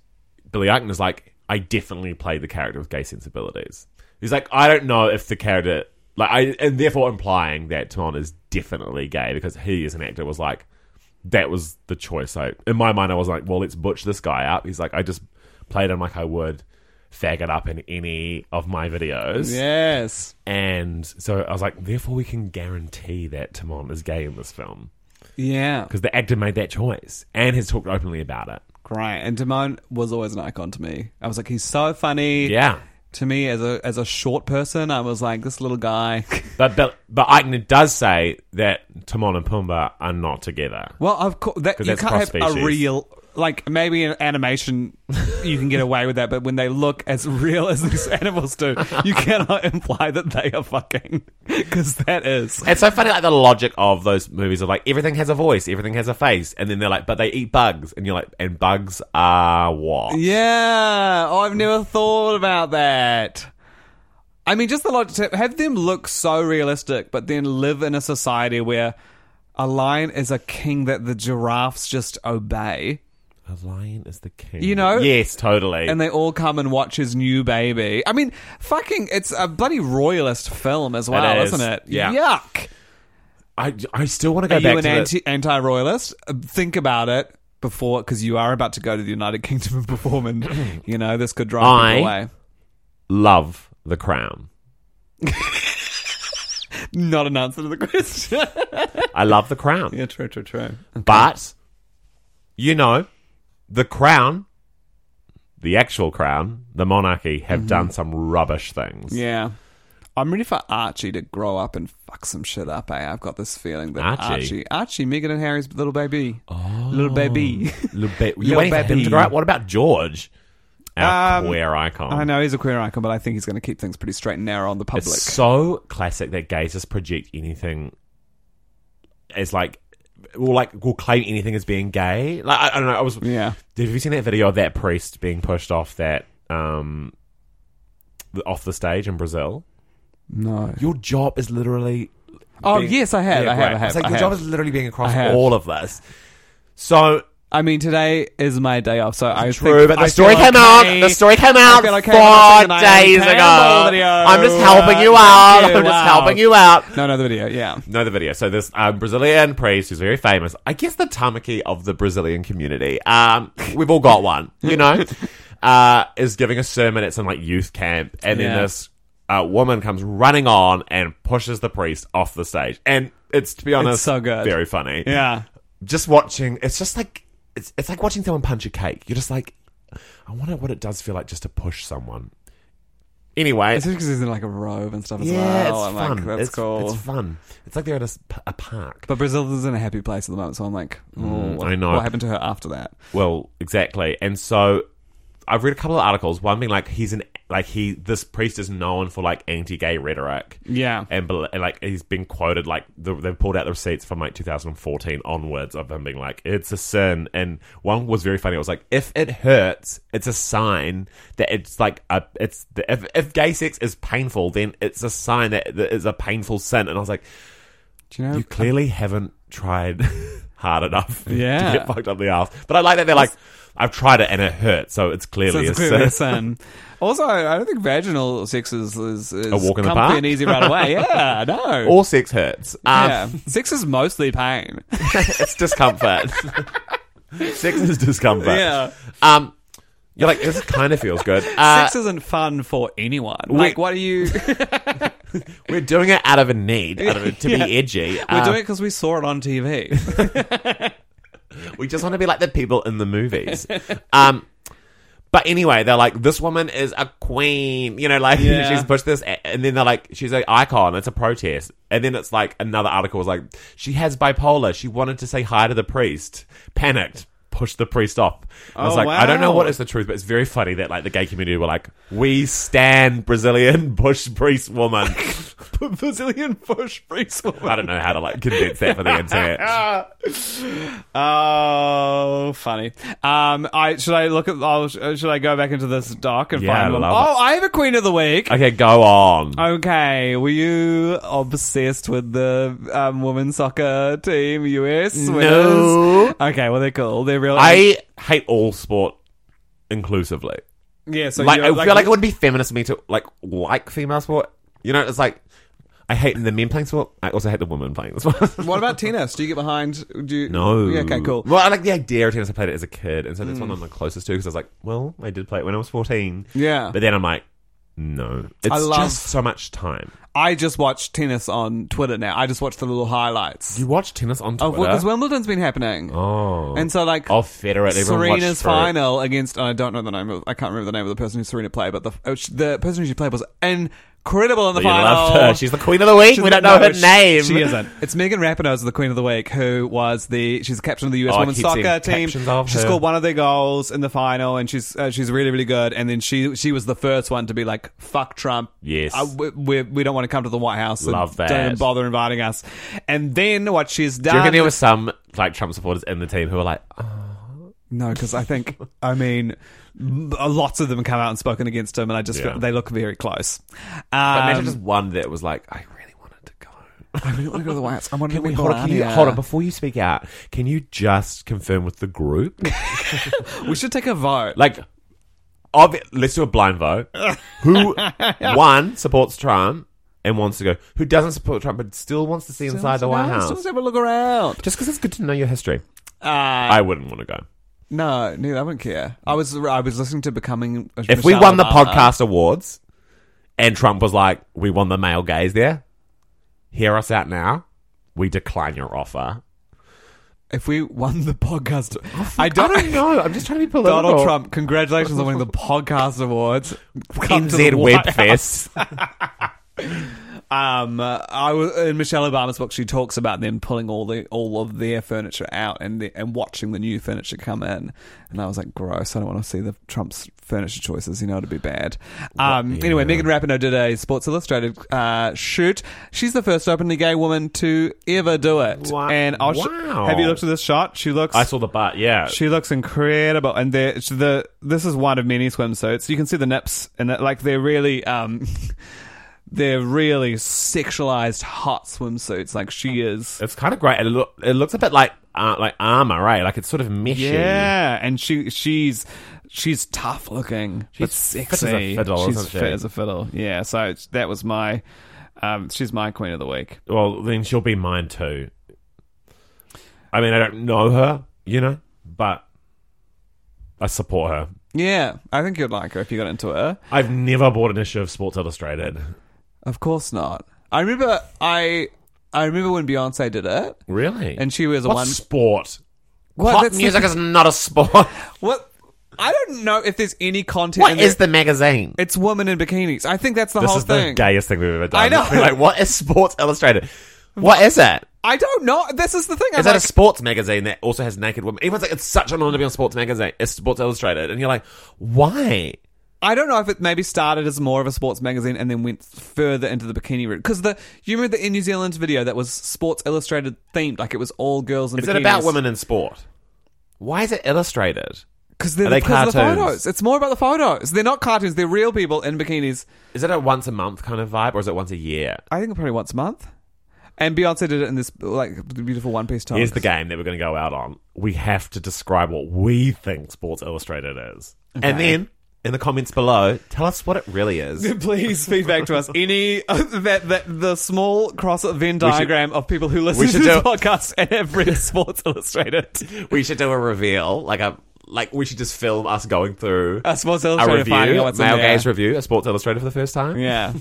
Speaker 2: Billy Eichner's like, I definitely played the character with gay sensibilities. He's like, I don't know if the character, like, I, and therefore implying that Timon is definitely gay because he, as an actor, was like, that was the choice. I, in my mind, I was like, well, let's butch this guy up. He's like, I just played him like I would faggot up in any of my videos.
Speaker 1: yes,
Speaker 2: And so I was like, therefore, we can guarantee that Timon is gay in this film
Speaker 1: yeah.
Speaker 2: because the actor made that choice and has talked openly about it.
Speaker 1: Great. And Damon was always an icon to me. I was like, he's so funny.
Speaker 2: Yeah.
Speaker 1: To me, as a as a short person, I was like, this little guy.
Speaker 2: But but but Eichner does say that Timon and Pumbaa are not together.
Speaker 1: well, of course, that
Speaker 2: 'Cause
Speaker 1: you
Speaker 2: that's
Speaker 1: can't have a
Speaker 2: cross-species.
Speaker 1: real like maybe in animation you can get away with that, but when they look as real as these animals do, you cannot imply that they are fucking because that is
Speaker 2: It's so funny, like the logic of those movies are like everything has a voice, everything has a face, and then they're like, but they eat bugs, and you're like, and bugs are what?
Speaker 1: Yeah. Oh, I've never thought about that. I mean, just the logic to have them look so realistic, but then live in a society where a lion is a king that the giraffes just obey,
Speaker 2: A lion is the king.
Speaker 1: You know?
Speaker 2: Yes, totally.
Speaker 1: and they all come and watch his new baby. I mean, fucking, it's a bloody royalist film as well,
Speaker 2: It is.
Speaker 1: isn't it?
Speaker 2: Yeah.
Speaker 1: Yuck.
Speaker 2: I, I still want to go
Speaker 1: Are
Speaker 2: back
Speaker 1: you an
Speaker 2: to
Speaker 1: anti
Speaker 2: the-
Speaker 1: anti royalist? Think about it before, because you are about to go to the United Kingdom and perform, and you know this could drive
Speaker 2: I-
Speaker 1: people away.
Speaker 2: love the crown.
Speaker 1: Not an answer to the question.
Speaker 2: I love the crown,
Speaker 1: Yeah, true, true, true.
Speaker 2: but you know, the crown, the actual crown, the monarchy
Speaker 1: Mm-hmm.
Speaker 2: have done some rubbish things.
Speaker 1: Yeah. I'm ready for Archie to grow up and fuck some shit up, eh? I've got this feeling that
Speaker 2: Archie?
Speaker 1: Archie, Archie Megan and Harry's little baby. Oh. Little baby.
Speaker 2: Little bit.
Speaker 1: Lil
Speaker 2: You waiting for him
Speaker 1: Baby.
Speaker 2: to grow up? What about George? Our
Speaker 1: Um,
Speaker 2: queer icon.
Speaker 1: I know he's a queer icon, but I think he's going to keep things pretty straight and narrow on the public.
Speaker 2: It's so classic that gays just project anything as like, will like will claim anything as being gay. Like I, I don't know. I was.
Speaker 1: Yeah.
Speaker 2: Have you seen that video of that priest being pushed off that um the- off the stage in Brazil?
Speaker 1: no.
Speaker 2: Your job is literally.
Speaker 1: Oh, yes, I have, I have, I have,
Speaker 2: It's like
Speaker 1: I
Speaker 2: your
Speaker 1: have.
Speaker 2: job is literally being across
Speaker 1: I have.
Speaker 2: all of this. So
Speaker 1: I mean, today is my day off, so I think
Speaker 2: True, but the
Speaker 1: I
Speaker 2: story
Speaker 1: feel
Speaker 2: came
Speaker 1: okay.
Speaker 2: out. The story came
Speaker 1: I
Speaker 2: out
Speaker 1: feel okay
Speaker 2: four
Speaker 1: about saying
Speaker 2: days
Speaker 1: I am
Speaker 2: ago.
Speaker 1: Campbell video.
Speaker 2: I'm just helping you
Speaker 1: Uh,
Speaker 2: out.
Speaker 1: thank you.
Speaker 2: I'm just
Speaker 1: Wow.
Speaker 2: helping you out.
Speaker 1: No, no, the video, yeah.
Speaker 2: No, the video. So this um, Brazilian priest who's very famous. I guess the tamaki of the Brazilian community. Um, we've all got one, you know. uh, is giving a sermon at some like youth camp, and
Speaker 1: Yeah.
Speaker 2: then this uh, woman comes running on and pushes the priest off the stage. And it's to be honest,
Speaker 1: so good.
Speaker 2: very funny
Speaker 1: Yeah.
Speaker 2: just watching it's just like it's, it's like watching someone punch a cake you're just like i wonder what it does feel like just to push someone anyway
Speaker 1: It's because he's in like a robe and stuff as
Speaker 2: yeah
Speaker 1: well.
Speaker 2: it's
Speaker 1: I'm
Speaker 2: fun
Speaker 1: like, that's
Speaker 2: it's,
Speaker 1: cool.
Speaker 2: it's fun it's like they're at a, s- p- a park
Speaker 1: But Brazil is in a happy place at the moment, so I'm like, oh, what,
Speaker 2: Mm, I know.
Speaker 1: what happened to her after that?
Speaker 2: well exactly and so i've read a couple of articles one being like he's an like he this priest is known for like anti-gay rhetoric
Speaker 1: Yeah.
Speaker 2: and, bel- and like he's been quoted like the, they've pulled out the receipts from like 2014 onwards of him being like it's a sin and one was very funny it was like if it hurts it's a sign that it's like a it's the, if, if gay sex is painful then it's a sign that that it's a painful sin and i was like
Speaker 1: Do you know?
Speaker 2: you clearly haven't tried hard enough
Speaker 1: Yeah.
Speaker 2: to get fucked up the ass but i like that they're like i've tried it and it hurts so it's
Speaker 1: So
Speaker 2: clearly
Speaker 1: it's
Speaker 2: a
Speaker 1: clearly a
Speaker 2: sin
Speaker 1: sin. Also, I don't think vaginal sex is, is, is
Speaker 2: A walk in the
Speaker 1: comfy
Speaker 2: park?
Speaker 1: and easy right away. Yeah, no.
Speaker 2: all sex hurts um,
Speaker 1: yeah. Sex is mostly pain.
Speaker 2: it's discomfort. Sex is discomfort.
Speaker 1: Yeah.
Speaker 2: Um, you're like, this kind of feels good. Uh,
Speaker 1: sex isn't fun for anyone. Like, what are you?
Speaker 2: we're doing it out of a need, out of a, to
Speaker 1: Yeah.
Speaker 2: be edgy.
Speaker 1: We're
Speaker 2: Uh,
Speaker 1: doing it because we saw it on TV.
Speaker 2: we just want to be like the people in the movies. Um, But anyway, they're like, this woman is a queen. You know, like,
Speaker 1: Yeah.
Speaker 2: she's pushed this. a- And then they're like, she's an icon. It's a protest. And then it's like, another article was like, she has bipolar. She wanted to say hi to the priest. Panicked. Pushed the priest off. And I was
Speaker 1: Oh,
Speaker 2: like, I don't know
Speaker 1: wow.
Speaker 2: what is the truth, but it's very funny that, like, the gay community were like, we stand Brazilian bush priest woman.
Speaker 1: Brazilian bush priest
Speaker 2: I don't know how to, like, condense that for the internet.
Speaker 1: Oh, funny. Um, I should I look at? I'll, should I go back into this doc and
Speaker 2: Yeah, I
Speaker 1: find one?
Speaker 2: love
Speaker 1: Oh, I have a queen of the week.
Speaker 2: Okay, go on.
Speaker 1: Okay, were you obsessed with the um, women's soccer team US?
Speaker 2: No.
Speaker 1: winners? Okay, well they're cool. They're real.
Speaker 2: I hate all sport inclusively.
Speaker 1: yeah. So
Speaker 2: Like,
Speaker 1: you're,
Speaker 2: I feel like it would be feminist of me to like like female sport. You know, it's like I hate the men playing sport. I also hate the women playing the sport.
Speaker 1: What about tennis? Do you get behind? Do you,
Speaker 2: no.
Speaker 1: Yeah, okay, cool. Mm.
Speaker 2: Well, I like the idea of tennis. I played it as a kid, and so that's one I'm the closest to because I was like, well, I did play it when I was 14.
Speaker 1: Yeah.
Speaker 2: But then I'm like, no, it's
Speaker 1: love-
Speaker 2: just so much time.
Speaker 1: I just watch tennis on Twitter now. I just watch the little highlights
Speaker 2: You watch tennis on
Speaker 1: of
Speaker 2: Twitter.
Speaker 1: because Wimbledon's been happening.
Speaker 2: oh,
Speaker 1: And so, like,
Speaker 2: oh, Federer. everyone watched
Speaker 1: Serena's
Speaker 2: Federer.
Speaker 1: final against and I don't know the name of I can't remember the name of the person who Serena played, but the oh, she- the person who she played was incredible in the
Speaker 2: Oh, You
Speaker 1: final.
Speaker 2: loved her. She's the queen of the week.
Speaker 1: She's
Speaker 2: we don't
Speaker 1: no,
Speaker 2: know her
Speaker 1: she-
Speaker 2: name.
Speaker 1: She isn't. It's Megan Rapinoe is the queen of the week, who was the she's the captain of the U.S.
Speaker 2: Oh, I
Speaker 1: women's
Speaker 2: keep seeing
Speaker 1: soccer team. She
Speaker 2: captions of her.
Speaker 1: scored one of their goals in the final, and she's uh, she's really really good. And then she she was the first one to be like, "Fuck Trump,
Speaker 2: Yes.
Speaker 1: I- we, we, we don't want to come to the White House. and
Speaker 2: Love that.
Speaker 1: Don't bother inviting us." And then what she's
Speaker 2: Do you
Speaker 1: done?
Speaker 2: reckon there were some like Trump supporters in the team who were like,
Speaker 1: No, because I think I mean, m- lots of them come out and spoken against him, and I just
Speaker 2: Yeah.
Speaker 1: they look very close. Um,
Speaker 2: But imagine just one that was like, I really wanted to go.
Speaker 1: I really want to go to the White House. I want to
Speaker 2: Can
Speaker 1: go
Speaker 2: we
Speaker 1: to
Speaker 2: hold on, can you,
Speaker 1: Melania.
Speaker 2: hold on before you speak out? Can you just confirm with the group?
Speaker 1: We should take a vote.
Speaker 2: like, obvi- let's do a blind vote. Who one supports Trump and wants to go? Who doesn't support Trump but still wants to see inside the White
Speaker 1: No,
Speaker 2: House?
Speaker 1: Let's have a look around.
Speaker 2: Just because it's good to know your history.
Speaker 1: Uh,
Speaker 2: I wouldn't want to go.
Speaker 1: no, neither. I wouldn't care. I was I was listening to Becoming.
Speaker 2: If we won the podcast awards and Trump was like, we won the male gaze there, hear us out now. We decline your offer.
Speaker 1: if we won the podcast, I
Speaker 2: I
Speaker 1: don't.
Speaker 2: don't know. I'm just trying to be political.
Speaker 1: Donald Trump, congratulations on winning the podcast awards. Come to the
Speaker 2: NZ
Speaker 1: White
Speaker 2: Web Fest.
Speaker 1: Um, uh, I was in Michelle Obama's book. She talks about them pulling all the all of their furniture out and the, and watching the new furniture come in. And I was like, gross! I don't want to see the Trump's furniture choices. You know, it'd be bad. Um, anyway, Megan Rapinoe did a Sports Illustrated uh, shoot. She's the first openly gay woman to ever do it.
Speaker 2: Wow.
Speaker 1: And I'll sh-
Speaker 2: Wow.
Speaker 1: have you looked at this shot? She looks.
Speaker 2: I saw the butt, yeah.
Speaker 1: She looks incredible, and there- it's the this is one of many swimsuits. You can see the nips, and that, like they're really, um, they're really sexualized hot swimsuits. Like she is,
Speaker 2: it's kind of great. It, look, it looks a bit like uh, like armor, right? Like it's sort of meshy.
Speaker 1: yeah, and she she's she's tough looking, but
Speaker 2: She's
Speaker 1: sexy.
Speaker 2: fit as a fiddle,
Speaker 1: she's
Speaker 2: isn't she?
Speaker 1: fit as a fiddle. Yeah, so it's- that was my, um, she's my queen of the week.
Speaker 2: Well, then she'll be mine too. I mean, I don't know her, you know, but I support her.
Speaker 1: Yeah, I think you'd like her if you got into her.
Speaker 2: I've never bought an issue of Sports Illustrated.
Speaker 1: Of course not. I remember I I remember when Beyonce did it.
Speaker 2: Really?
Speaker 1: And she was a
Speaker 2: what
Speaker 1: one-
Speaker 2: sport?
Speaker 1: What?
Speaker 2: Pop
Speaker 1: That's the-
Speaker 2: music is not a sport.
Speaker 1: What? I don't know if there's any content.
Speaker 2: What
Speaker 1: in
Speaker 2: is
Speaker 1: there.
Speaker 2: the magazine?
Speaker 1: It's women in bikinis. I think that's the
Speaker 2: This
Speaker 1: whole
Speaker 2: is
Speaker 1: thing.
Speaker 2: the gayest thing we've ever done.
Speaker 1: I know.
Speaker 2: like, what is Sports Illustrated? What is it?
Speaker 1: I don't know. This is the thing. I'm
Speaker 2: Is that a
Speaker 1: like,
Speaker 2: sports magazine that also has naked women? Everyone's like, it's such an honor to be on Sports Magazine, it's Sports Illustrated, and you're like, why?
Speaker 1: I don't know if it maybe started as more of a sports magazine and then went further into the bikini route. Because the you remember the in New Zealand video that was Sports Illustrated themed, like it was all girls in
Speaker 2: Is
Speaker 1: bikinis.
Speaker 2: it about women in sport? Why is it illustrated?
Speaker 1: Because they're
Speaker 2: Are they
Speaker 1: because of the
Speaker 2: cartoons?
Speaker 1: photos. It's more about the photos. They're not cartoons. They're real people in bikinis.
Speaker 2: Is it a once a month kind of vibe, or is it once a year?
Speaker 1: I think probably once a month. And Beyonce did it in this like beautiful one piece top.
Speaker 2: Here's the game that we're going to go out on. We have to describe what we think Sports Illustrated is, and then in the comments below, tell us what it really is.
Speaker 1: Please feedback to us any uh, that, that the small cross Venn
Speaker 2: should-
Speaker 1: diagram of people who listen
Speaker 2: we
Speaker 1: to
Speaker 2: should
Speaker 1: this
Speaker 2: do-
Speaker 1: podcast and have read Sports Illustrated.
Speaker 2: we should do a reveal, like a like we should just film us going through
Speaker 1: A Sports
Speaker 2: a
Speaker 1: Illustrated finding
Speaker 2: review,
Speaker 1: out
Speaker 2: male
Speaker 1: what's in there.
Speaker 2: gaze review, a Sports Illustrated for the first time.
Speaker 1: Yeah.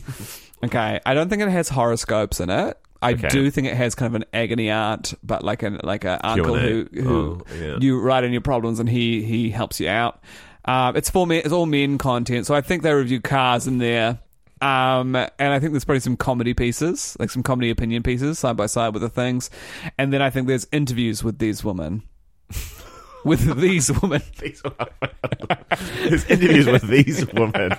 Speaker 1: okay. I don't think it has horoscopes in it. I
Speaker 2: Okay.
Speaker 1: do think it has kind of an agony aunt, but like an like an uncle who
Speaker 2: Q&A.
Speaker 1: who
Speaker 2: Oh, yeah.
Speaker 1: you write in your problems and he he helps you out. Uh, it's for men. It's all men content. So I think they review cars in there. Um, and I think there's probably some comedy pieces, like some comedy opinion pieces, side by side with the things. And then I think there's interviews with these women. with these women,
Speaker 2: There's interviews with these women.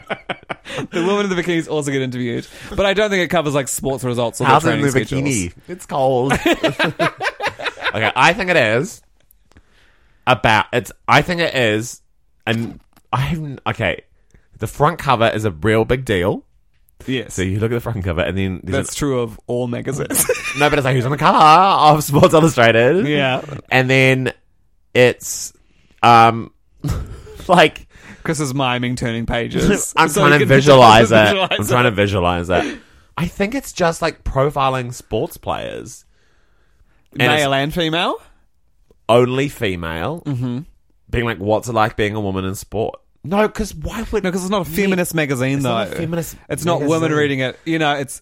Speaker 1: the women in the bikinis also get interviewed, but I don't think it covers like sports results or their
Speaker 2: How's it in
Speaker 1: training
Speaker 2: the
Speaker 1: schedules.
Speaker 2: bikini? It's cold. okay, I think it is about it's. I think it is, and I haven't. Okay, the front cover is a real big deal.
Speaker 1: Yes,
Speaker 2: So you look at the front cover, and then there's
Speaker 1: that's true of all magazines.
Speaker 2: an, no, but it's like who's on the cover of Sports Illustrated?
Speaker 1: yeah,
Speaker 2: and then it's um like
Speaker 1: Chris is miming turning pages.
Speaker 2: I'm
Speaker 1: So you
Speaker 2: trying to
Speaker 1: can
Speaker 2: visualize it.
Speaker 1: visualize
Speaker 2: I'm trying to visualize it. I think it's just like profiling sports players, and it's
Speaker 1: male and female.
Speaker 2: only female, mm-hmm. being like, "What's it like being a woman in sport?" No, because why would
Speaker 1: No, because it's not a feminist magazine,
Speaker 2: It's
Speaker 1: though.
Speaker 2: not a feminist
Speaker 1: It's not women
Speaker 2: magazine.
Speaker 1: reading it. You know, it's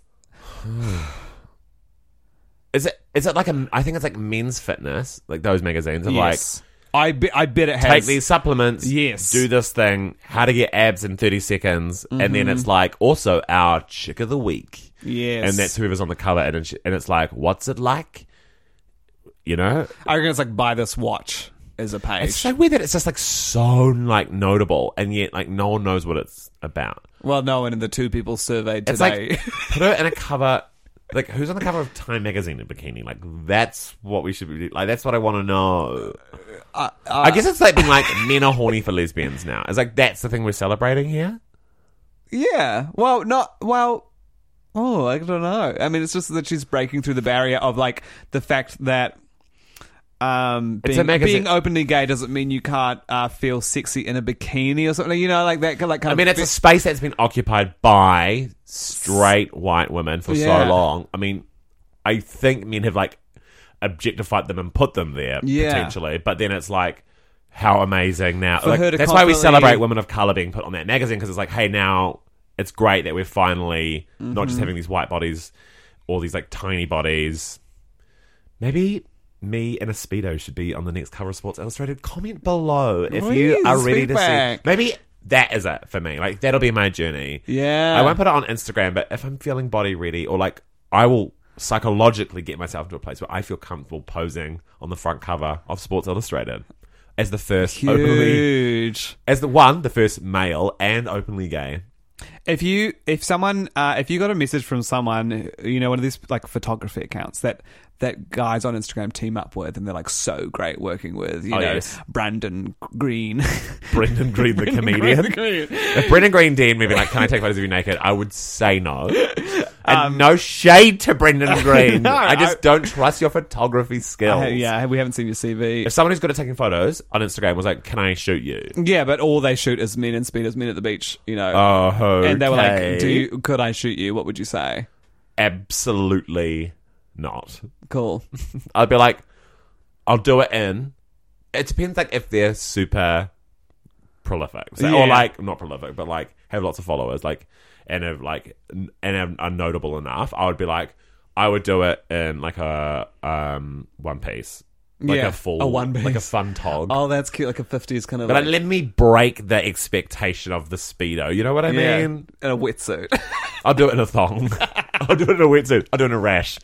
Speaker 2: is it is it like a? I think it's like Men's Fitness, like those magazines of
Speaker 1: yes. I be, I bet it
Speaker 2: like take
Speaker 1: has.
Speaker 2: these supplements,
Speaker 1: Yes.
Speaker 2: do this thing, how to get abs in thirty seconds, and
Speaker 1: Mm-hmm.
Speaker 2: then it's like also our chick of the week.
Speaker 1: yes,
Speaker 2: and that's whoever's on the cover, and it's, and it's like, what's it like? You know,
Speaker 1: I reckon it's like buy this watch as a page.
Speaker 2: it's so weird that it's just like so like notable, and yet like no one knows what it's about.
Speaker 1: well, no one in the two people surveyed
Speaker 2: It's
Speaker 1: today.
Speaker 2: like put it in a cover, like who's on the cover of Time magazine in bikini? Like that's what we should be. Like that's what I want to know. I guess it's like being like men are horny for lesbians now. It's like that's the thing we're celebrating here.
Speaker 1: yeah. Well, not well. Oh, I don't know. I mean, it's just that she's breaking through the barrier of like the fact that. Um,
Speaker 2: It's a
Speaker 1: being,
Speaker 2: magazine-
Speaker 1: being openly gay doesn't mean you can't uh, feel sexy in a bikini or something. You know, like that. Like kind
Speaker 2: I mean,
Speaker 1: of
Speaker 2: it's a space that's been occupied by straight white women for
Speaker 1: Yeah.
Speaker 2: so long. I mean, I think men have like objectified them and put them there
Speaker 1: Yeah.
Speaker 2: potentially, but then it's like, how amazing now!
Speaker 1: For
Speaker 2: Like,
Speaker 1: her to
Speaker 2: that's why we
Speaker 1: constantly-
Speaker 2: celebrate women of color being put on that magazine because it's like, hey, now it's great that we're finally not
Speaker 1: Mm-hmm.
Speaker 2: just having these white bodies or these like tiny bodies. Maybe. Me and a speedo should be on the next cover of Sports Illustrated. Comment below if you
Speaker 1: Please,
Speaker 2: are ready to see.
Speaker 1: feedback.
Speaker 2: Maybe that is it for me. Like that'll be my journey.
Speaker 1: Yeah.
Speaker 2: I won't put it on Instagram, but if I'm feeling body ready or like I will psychologically get myself to a place where I feel comfortable posing on the front cover of Sports Illustrated as the first openly
Speaker 1: huge.
Speaker 2: as the one, the first male and openly gay.
Speaker 1: If you if someone uh, if you got a message from someone you know one of these like photography accounts that that guys on Instagram team up with and they're like so great working with you
Speaker 2: Oh,
Speaker 1: know
Speaker 2: yes.
Speaker 1: Brandon Green
Speaker 2: Brendan Green, the comedian. If Brendan Green DM me being like, "Can I take photos of you naked?" I would say no. And no shade to Brendan Green.
Speaker 1: No,
Speaker 2: I just
Speaker 1: I-
Speaker 2: don't trust your photography skills.
Speaker 1: Uh, yeah we haven't seen your CV
Speaker 2: If someone who's good at taking photos on Instagram was like, "Can I shoot you?"
Speaker 1: yeah but all they shoot is men and speeders men at the beach you know
Speaker 2: Oh, okay.
Speaker 1: and they were like do you, could I shoot you what would you say
Speaker 2: absolutely not.
Speaker 1: cool
Speaker 2: I'd be like, I'll do it in. It depends, like if they're super prolific, So-
Speaker 1: Yeah.
Speaker 2: or like not prolific, but like have lots of followers, like and have like n- and are- are notable enough. I would be like, I would do it in like a um one piece, like
Speaker 1: Yeah,
Speaker 2: a full
Speaker 1: a one
Speaker 2: like a
Speaker 1: piece.
Speaker 2: fun tog.
Speaker 1: oh that's cute like a fifties kind of
Speaker 2: but
Speaker 1: like,
Speaker 2: like, let me break the expectation of the speedo. You know what I
Speaker 1: yeah,
Speaker 2: mean?
Speaker 1: in a wetsuit
Speaker 2: I'll do it in a thong. I'll do it in a wetsuit. I'll do it in a rash.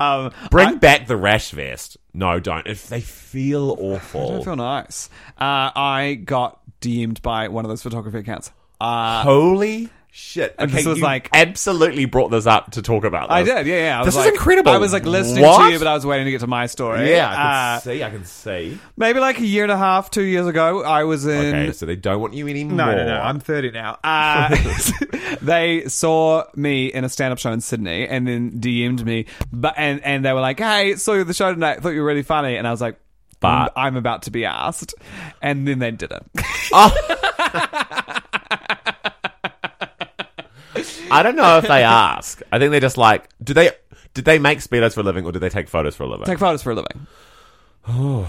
Speaker 1: Um,
Speaker 2: Bring back the rash vest. No, don't. If they feel
Speaker 1: I
Speaker 2: awful.
Speaker 1: feel nice. Uh, I got DM'd by one of those photography accounts. Uh,
Speaker 2: Holy shit!
Speaker 1: And this was
Speaker 2: you
Speaker 1: like-
Speaker 2: absolutely brought this up to talk about. This.
Speaker 1: I did, yeah, yeah. I
Speaker 2: This
Speaker 1: was
Speaker 2: is
Speaker 1: like-
Speaker 2: incredible.
Speaker 1: I was like listening
Speaker 2: What?
Speaker 1: to you, but I was waiting to get to my story.
Speaker 2: Yeah, I can
Speaker 1: Uh,
Speaker 2: see. I can see.
Speaker 1: maybe like a year and a half, two years ago, I was in.
Speaker 2: Okay, so they don't want you anymore.
Speaker 1: No, no, no. I'm 30 now. Uh, they saw me in a stand-up show in Sydney and then DM'd me, but and and they were like, "Hey, saw you at the show tonight. Thought you were really funny." And I was like,
Speaker 2: But-
Speaker 1: I'm about to be asked," and then they did it.
Speaker 2: I don't know if they ask. I think they're just like, do they? Did they make speedos for a living, or do they take photos for a living?
Speaker 1: Take photos for a living.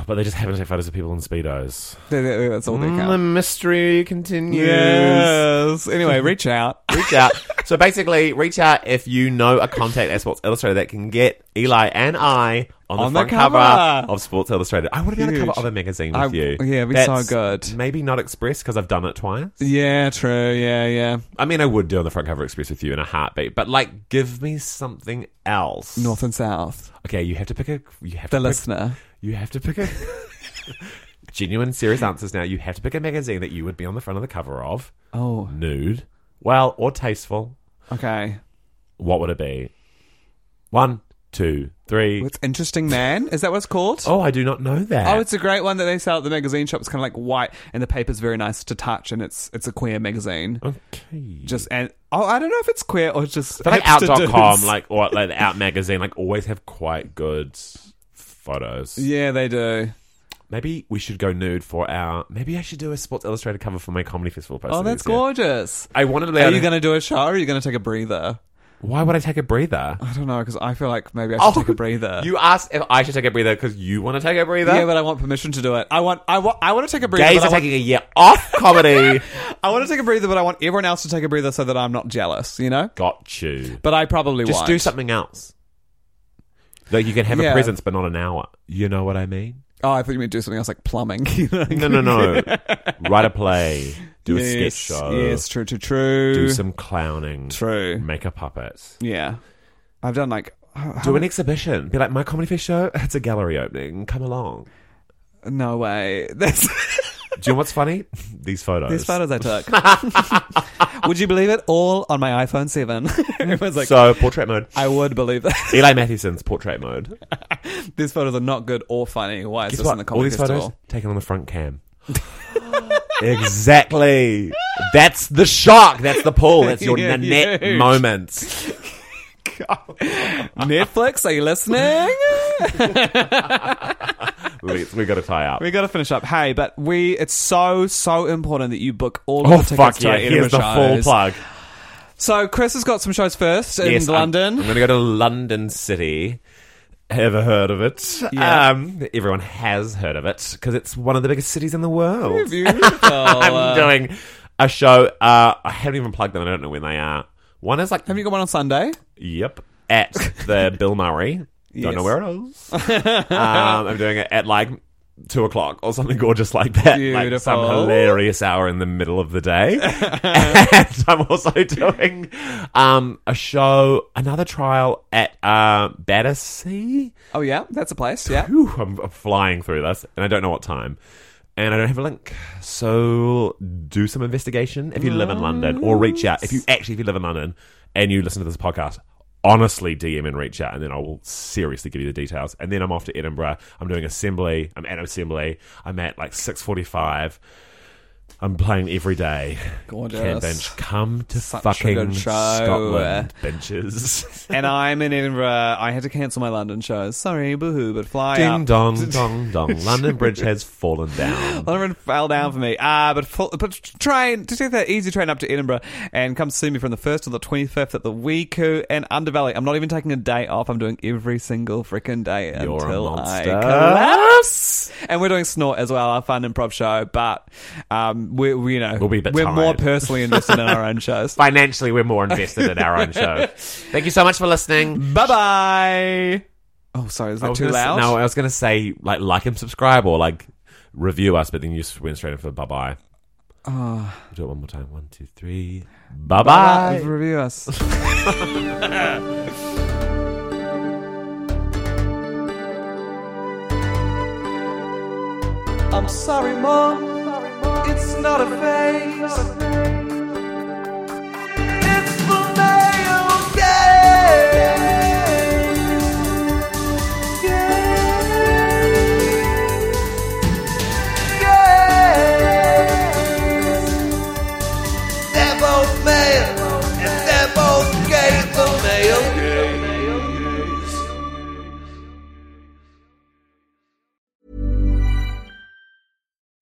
Speaker 2: but they just happen to take photos of people in speedos.
Speaker 1: That's all they
Speaker 2: the
Speaker 1: count.
Speaker 2: mystery continues.
Speaker 1: Yes. Anyway, reach out.
Speaker 2: reach out. So basically, reach out if you know a contact at Sports Illustrated that can get Eli and I on the
Speaker 1: On the
Speaker 2: front
Speaker 1: cover.
Speaker 2: cover. of Sports Illustrated. I want to be on the
Speaker 1: Huge.
Speaker 2: cover of a magazine with
Speaker 1: I-
Speaker 2: you.
Speaker 1: yeah, it'd be so
Speaker 2: That's
Speaker 1: good.
Speaker 2: Maybe not Express because I've done it twice.
Speaker 1: Yeah, true. Yeah, yeah.
Speaker 2: I mean, I would do on the front cover of Express with you in a heartbeat, but like, give me something else.
Speaker 1: North and South.
Speaker 2: Okay, you have to pick a. You have
Speaker 1: The
Speaker 2: to pick,
Speaker 1: listener.
Speaker 2: You have to pick a. genuine, serious answers now. You have to pick a magazine that you would be on the front of the cover of.
Speaker 1: Oh,
Speaker 2: Nude, well, or tasteful.
Speaker 1: okay.
Speaker 2: what would it be? One, two, three.
Speaker 1: It's interesting, man. Is that what it's called?
Speaker 2: Oh, I do not know that.
Speaker 1: Oh, it's a great one that they sell at the magazine shop. It's kind of like white, and the paper's very nice to touch, and it's it's a queer magazine.
Speaker 2: okay.
Speaker 1: Just and oh, I don't know if it's queer or just
Speaker 2: but like
Speaker 1: hipster dudes.
Speaker 2: out.com, like or like the out magazine, like always have quite good photos.
Speaker 1: Yeah, they do.
Speaker 2: Maybe we should go nude for our maybe I should do a Sports Illustrated cover for my comedy festival poster.
Speaker 1: Oh, that's
Speaker 2: next year.
Speaker 1: gorgeous.
Speaker 2: I wanted to be
Speaker 1: Are
Speaker 2: able
Speaker 1: you
Speaker 2: to-
Speaker 1: going to do a show or are you going to take a breather?
Speaker 2: Why would I take a breather?
Speaker 1: I don't know because I feel like maybe I should take a breather.
Speaker 2: Oh, You asked if I should take a breather because you want to take a breather?
Speaker 1: yeah, but I want permission to do it. I want I want I want to take a breather.
Speaker 2: Gays
Speaker 1: but I
Speaker 2: are
Speaker 1: want-
Speaker 2: taking a year off comedy.
Speaker 1: I want to take a breather, but I want everyone else to take a breather so that I'm not jealous. You know.
Speaker 2: Got you.
Speaker 1: But I probably
Speaker 2: Just
Speaker 1: won't.
Speaker 2: do something else. Like you can have
Speaker 1: Yeah.
Speaker 2: a presence, but not an hour. You know what I mean?
Speaker 1: Oh, I thought you meant do something else like plumbing. you know?
Speaker 2: No, no, no. Write a play, do a
Speaker 1: Yes,
Speaker 2: sketch show,
Speaker 1: Yes, true, true, true.
Speaker 2: do some clowning,
Speaker 1: True.
Speaker 2: make a puppet,
Speaker 1: Yeah. I've done like. how- how
Speaker 2: do an exhibition. Be like my comedy fish show. It's a gallery opening. Come along.
Speaker 1: No way. That's,
Speaker 2: Do you know what's funny? These photos.
Speaker 1: these photos I took. would you believe it? All on my iPhone 7. it was like,
Speaker 2: so portrait mode.
Speaker 1: I would believe that.
Speaker 2: Eli Matheson's portrait mode.
Speaker 1: these photos are not good or funny. Why is
Speaker 2: Guess
Speaker 1: this
Speaker 2: what?
Speaker 1: in the
Speaker 2: All
Speaker 1: comedy
Speaker 2: these
Speaker 1: festival?
Speaker 2: photos taken on the front cam. exactly. That's the shock. That's the pull. That's your
Speaker 1: Yeah,
Speaker 2: Nanette
Speaker 1: huge.
Speaker 2: moments.
Speaker 1: Netflix, are you listening?
Speaker 2: we, we got to tie up.
Speaker 1: we got to finish up. Hey, but we it's so so important that you book all
Speaker 2: Oh
Speaker 1: of the tickets
Speaker 2: fuck
Speaker 1: to
Speaker 2: yeah!
Speaker 1: our
Speaker 2: Here's the
Speaker 1: Edinburgh
Speaker 2: full
Speaker 1: shows.
Speaker 2: plug.
Speaker 1: So Chris has got some shows first
Speaker 2: Yes,
Speaker 1: in
Speaker 2: I'm-
Speaker 1: London.
Speaker 2: I'm, going to go to London City. Ever heard of it?
Speaker 1: Yeah.
Speaker 2: Um, everyone has heard of it because it's one of the biggest cities in the world.
Speaker 1: Beautiful.
Speaker 2: I'm doing a show. Uh, I haven't even plugged them. I don't know when they are. One is like,
Speaker 1: Have you got one on Sunday?
Speaker 2: yep, at the Bill Murray. Don't
Speaker 1: Yes.
Speaker 2: know where it is. um, I'm doing it at like two o'clock or something gorgeous like that. Like some
Speaker 1: Beautiful.
Speaker 2: hilarious hour in the middle of the day. and I'm also doing um, a show, another trial at uh, Battersea.
Speaker 1: Oh yeah, that's a place. Yeah.
Speaker 2: Whew, I'm, I'm flying through this, and I don't know what time. And I don't have a link, so do some investigation if you live in London, or reach out if you actually if you live in London and you listen to this podcast. Honestly, DM and reach out, and then I will seriously give you the details. And then I'm off to Edinburgh. I'm doing assembly. I'm at assembly. I'm at like six forty-five. I'm playing every day.
Speaker 1: Gorgeous.
Speaker 2: Can bench. Come to
Speaker 1: Such a
Speaker 2: fucking
Speaker 1: good show.
Speaker 2: Scotland, benches.
Speaker 1: and I'm in Edinburgh. I had to cancel my London shows. Sorry, boohoo, but fly
Speaker 2: Ding
Speaker 1: up.
Speaker 2: dong, dong, dong. London Bridge has fallen down.
Speaker 1: London fell down for me. Ah, but full, but train to take that easy train up to Edinburgh and come see me from the first to the twenty fifth at the Weeku and Undervalley. I'm not even taking a day off. I'm doing every single freaking day
Speaker 2: You're a
Speaker 1: until I
Speaker 2: monster.
Speaker 1: collapse. And we're doing Snort as well, our fun improv show. But um, we, we you know
Speaker 2: We'll be a bit
Speaker 1: we're more
Speaker 2: tired.
Speaker 1: personally invested in our own shows. Bye
Speaker 2: Financially, we're more invested in our own show. Thank you so much for listening.
Speaker 1: bye. Oh, sorry, is
Speaker 2: I
Speaker 1: that
Speaker 2: was
Speaker 1: too
Speaker 2: gonna s-
Speaker 1: loud?
Speaker 2: No, I was going to say like like and subscribe or like review us, but then you just went straight in for bye bye.
Speaker 1: Ah.
Speaker 2: We'll do it one more time. One, two, three. Bye
Speaker 1: Bye.
Speaker 2: bye.
Speaker 1: Review us. I'm sorry, Mom. It's not a phase.
Speaker 3: It's the male gaze. Gaze. Gaze. They're both male, and they're both gay, the male gaze.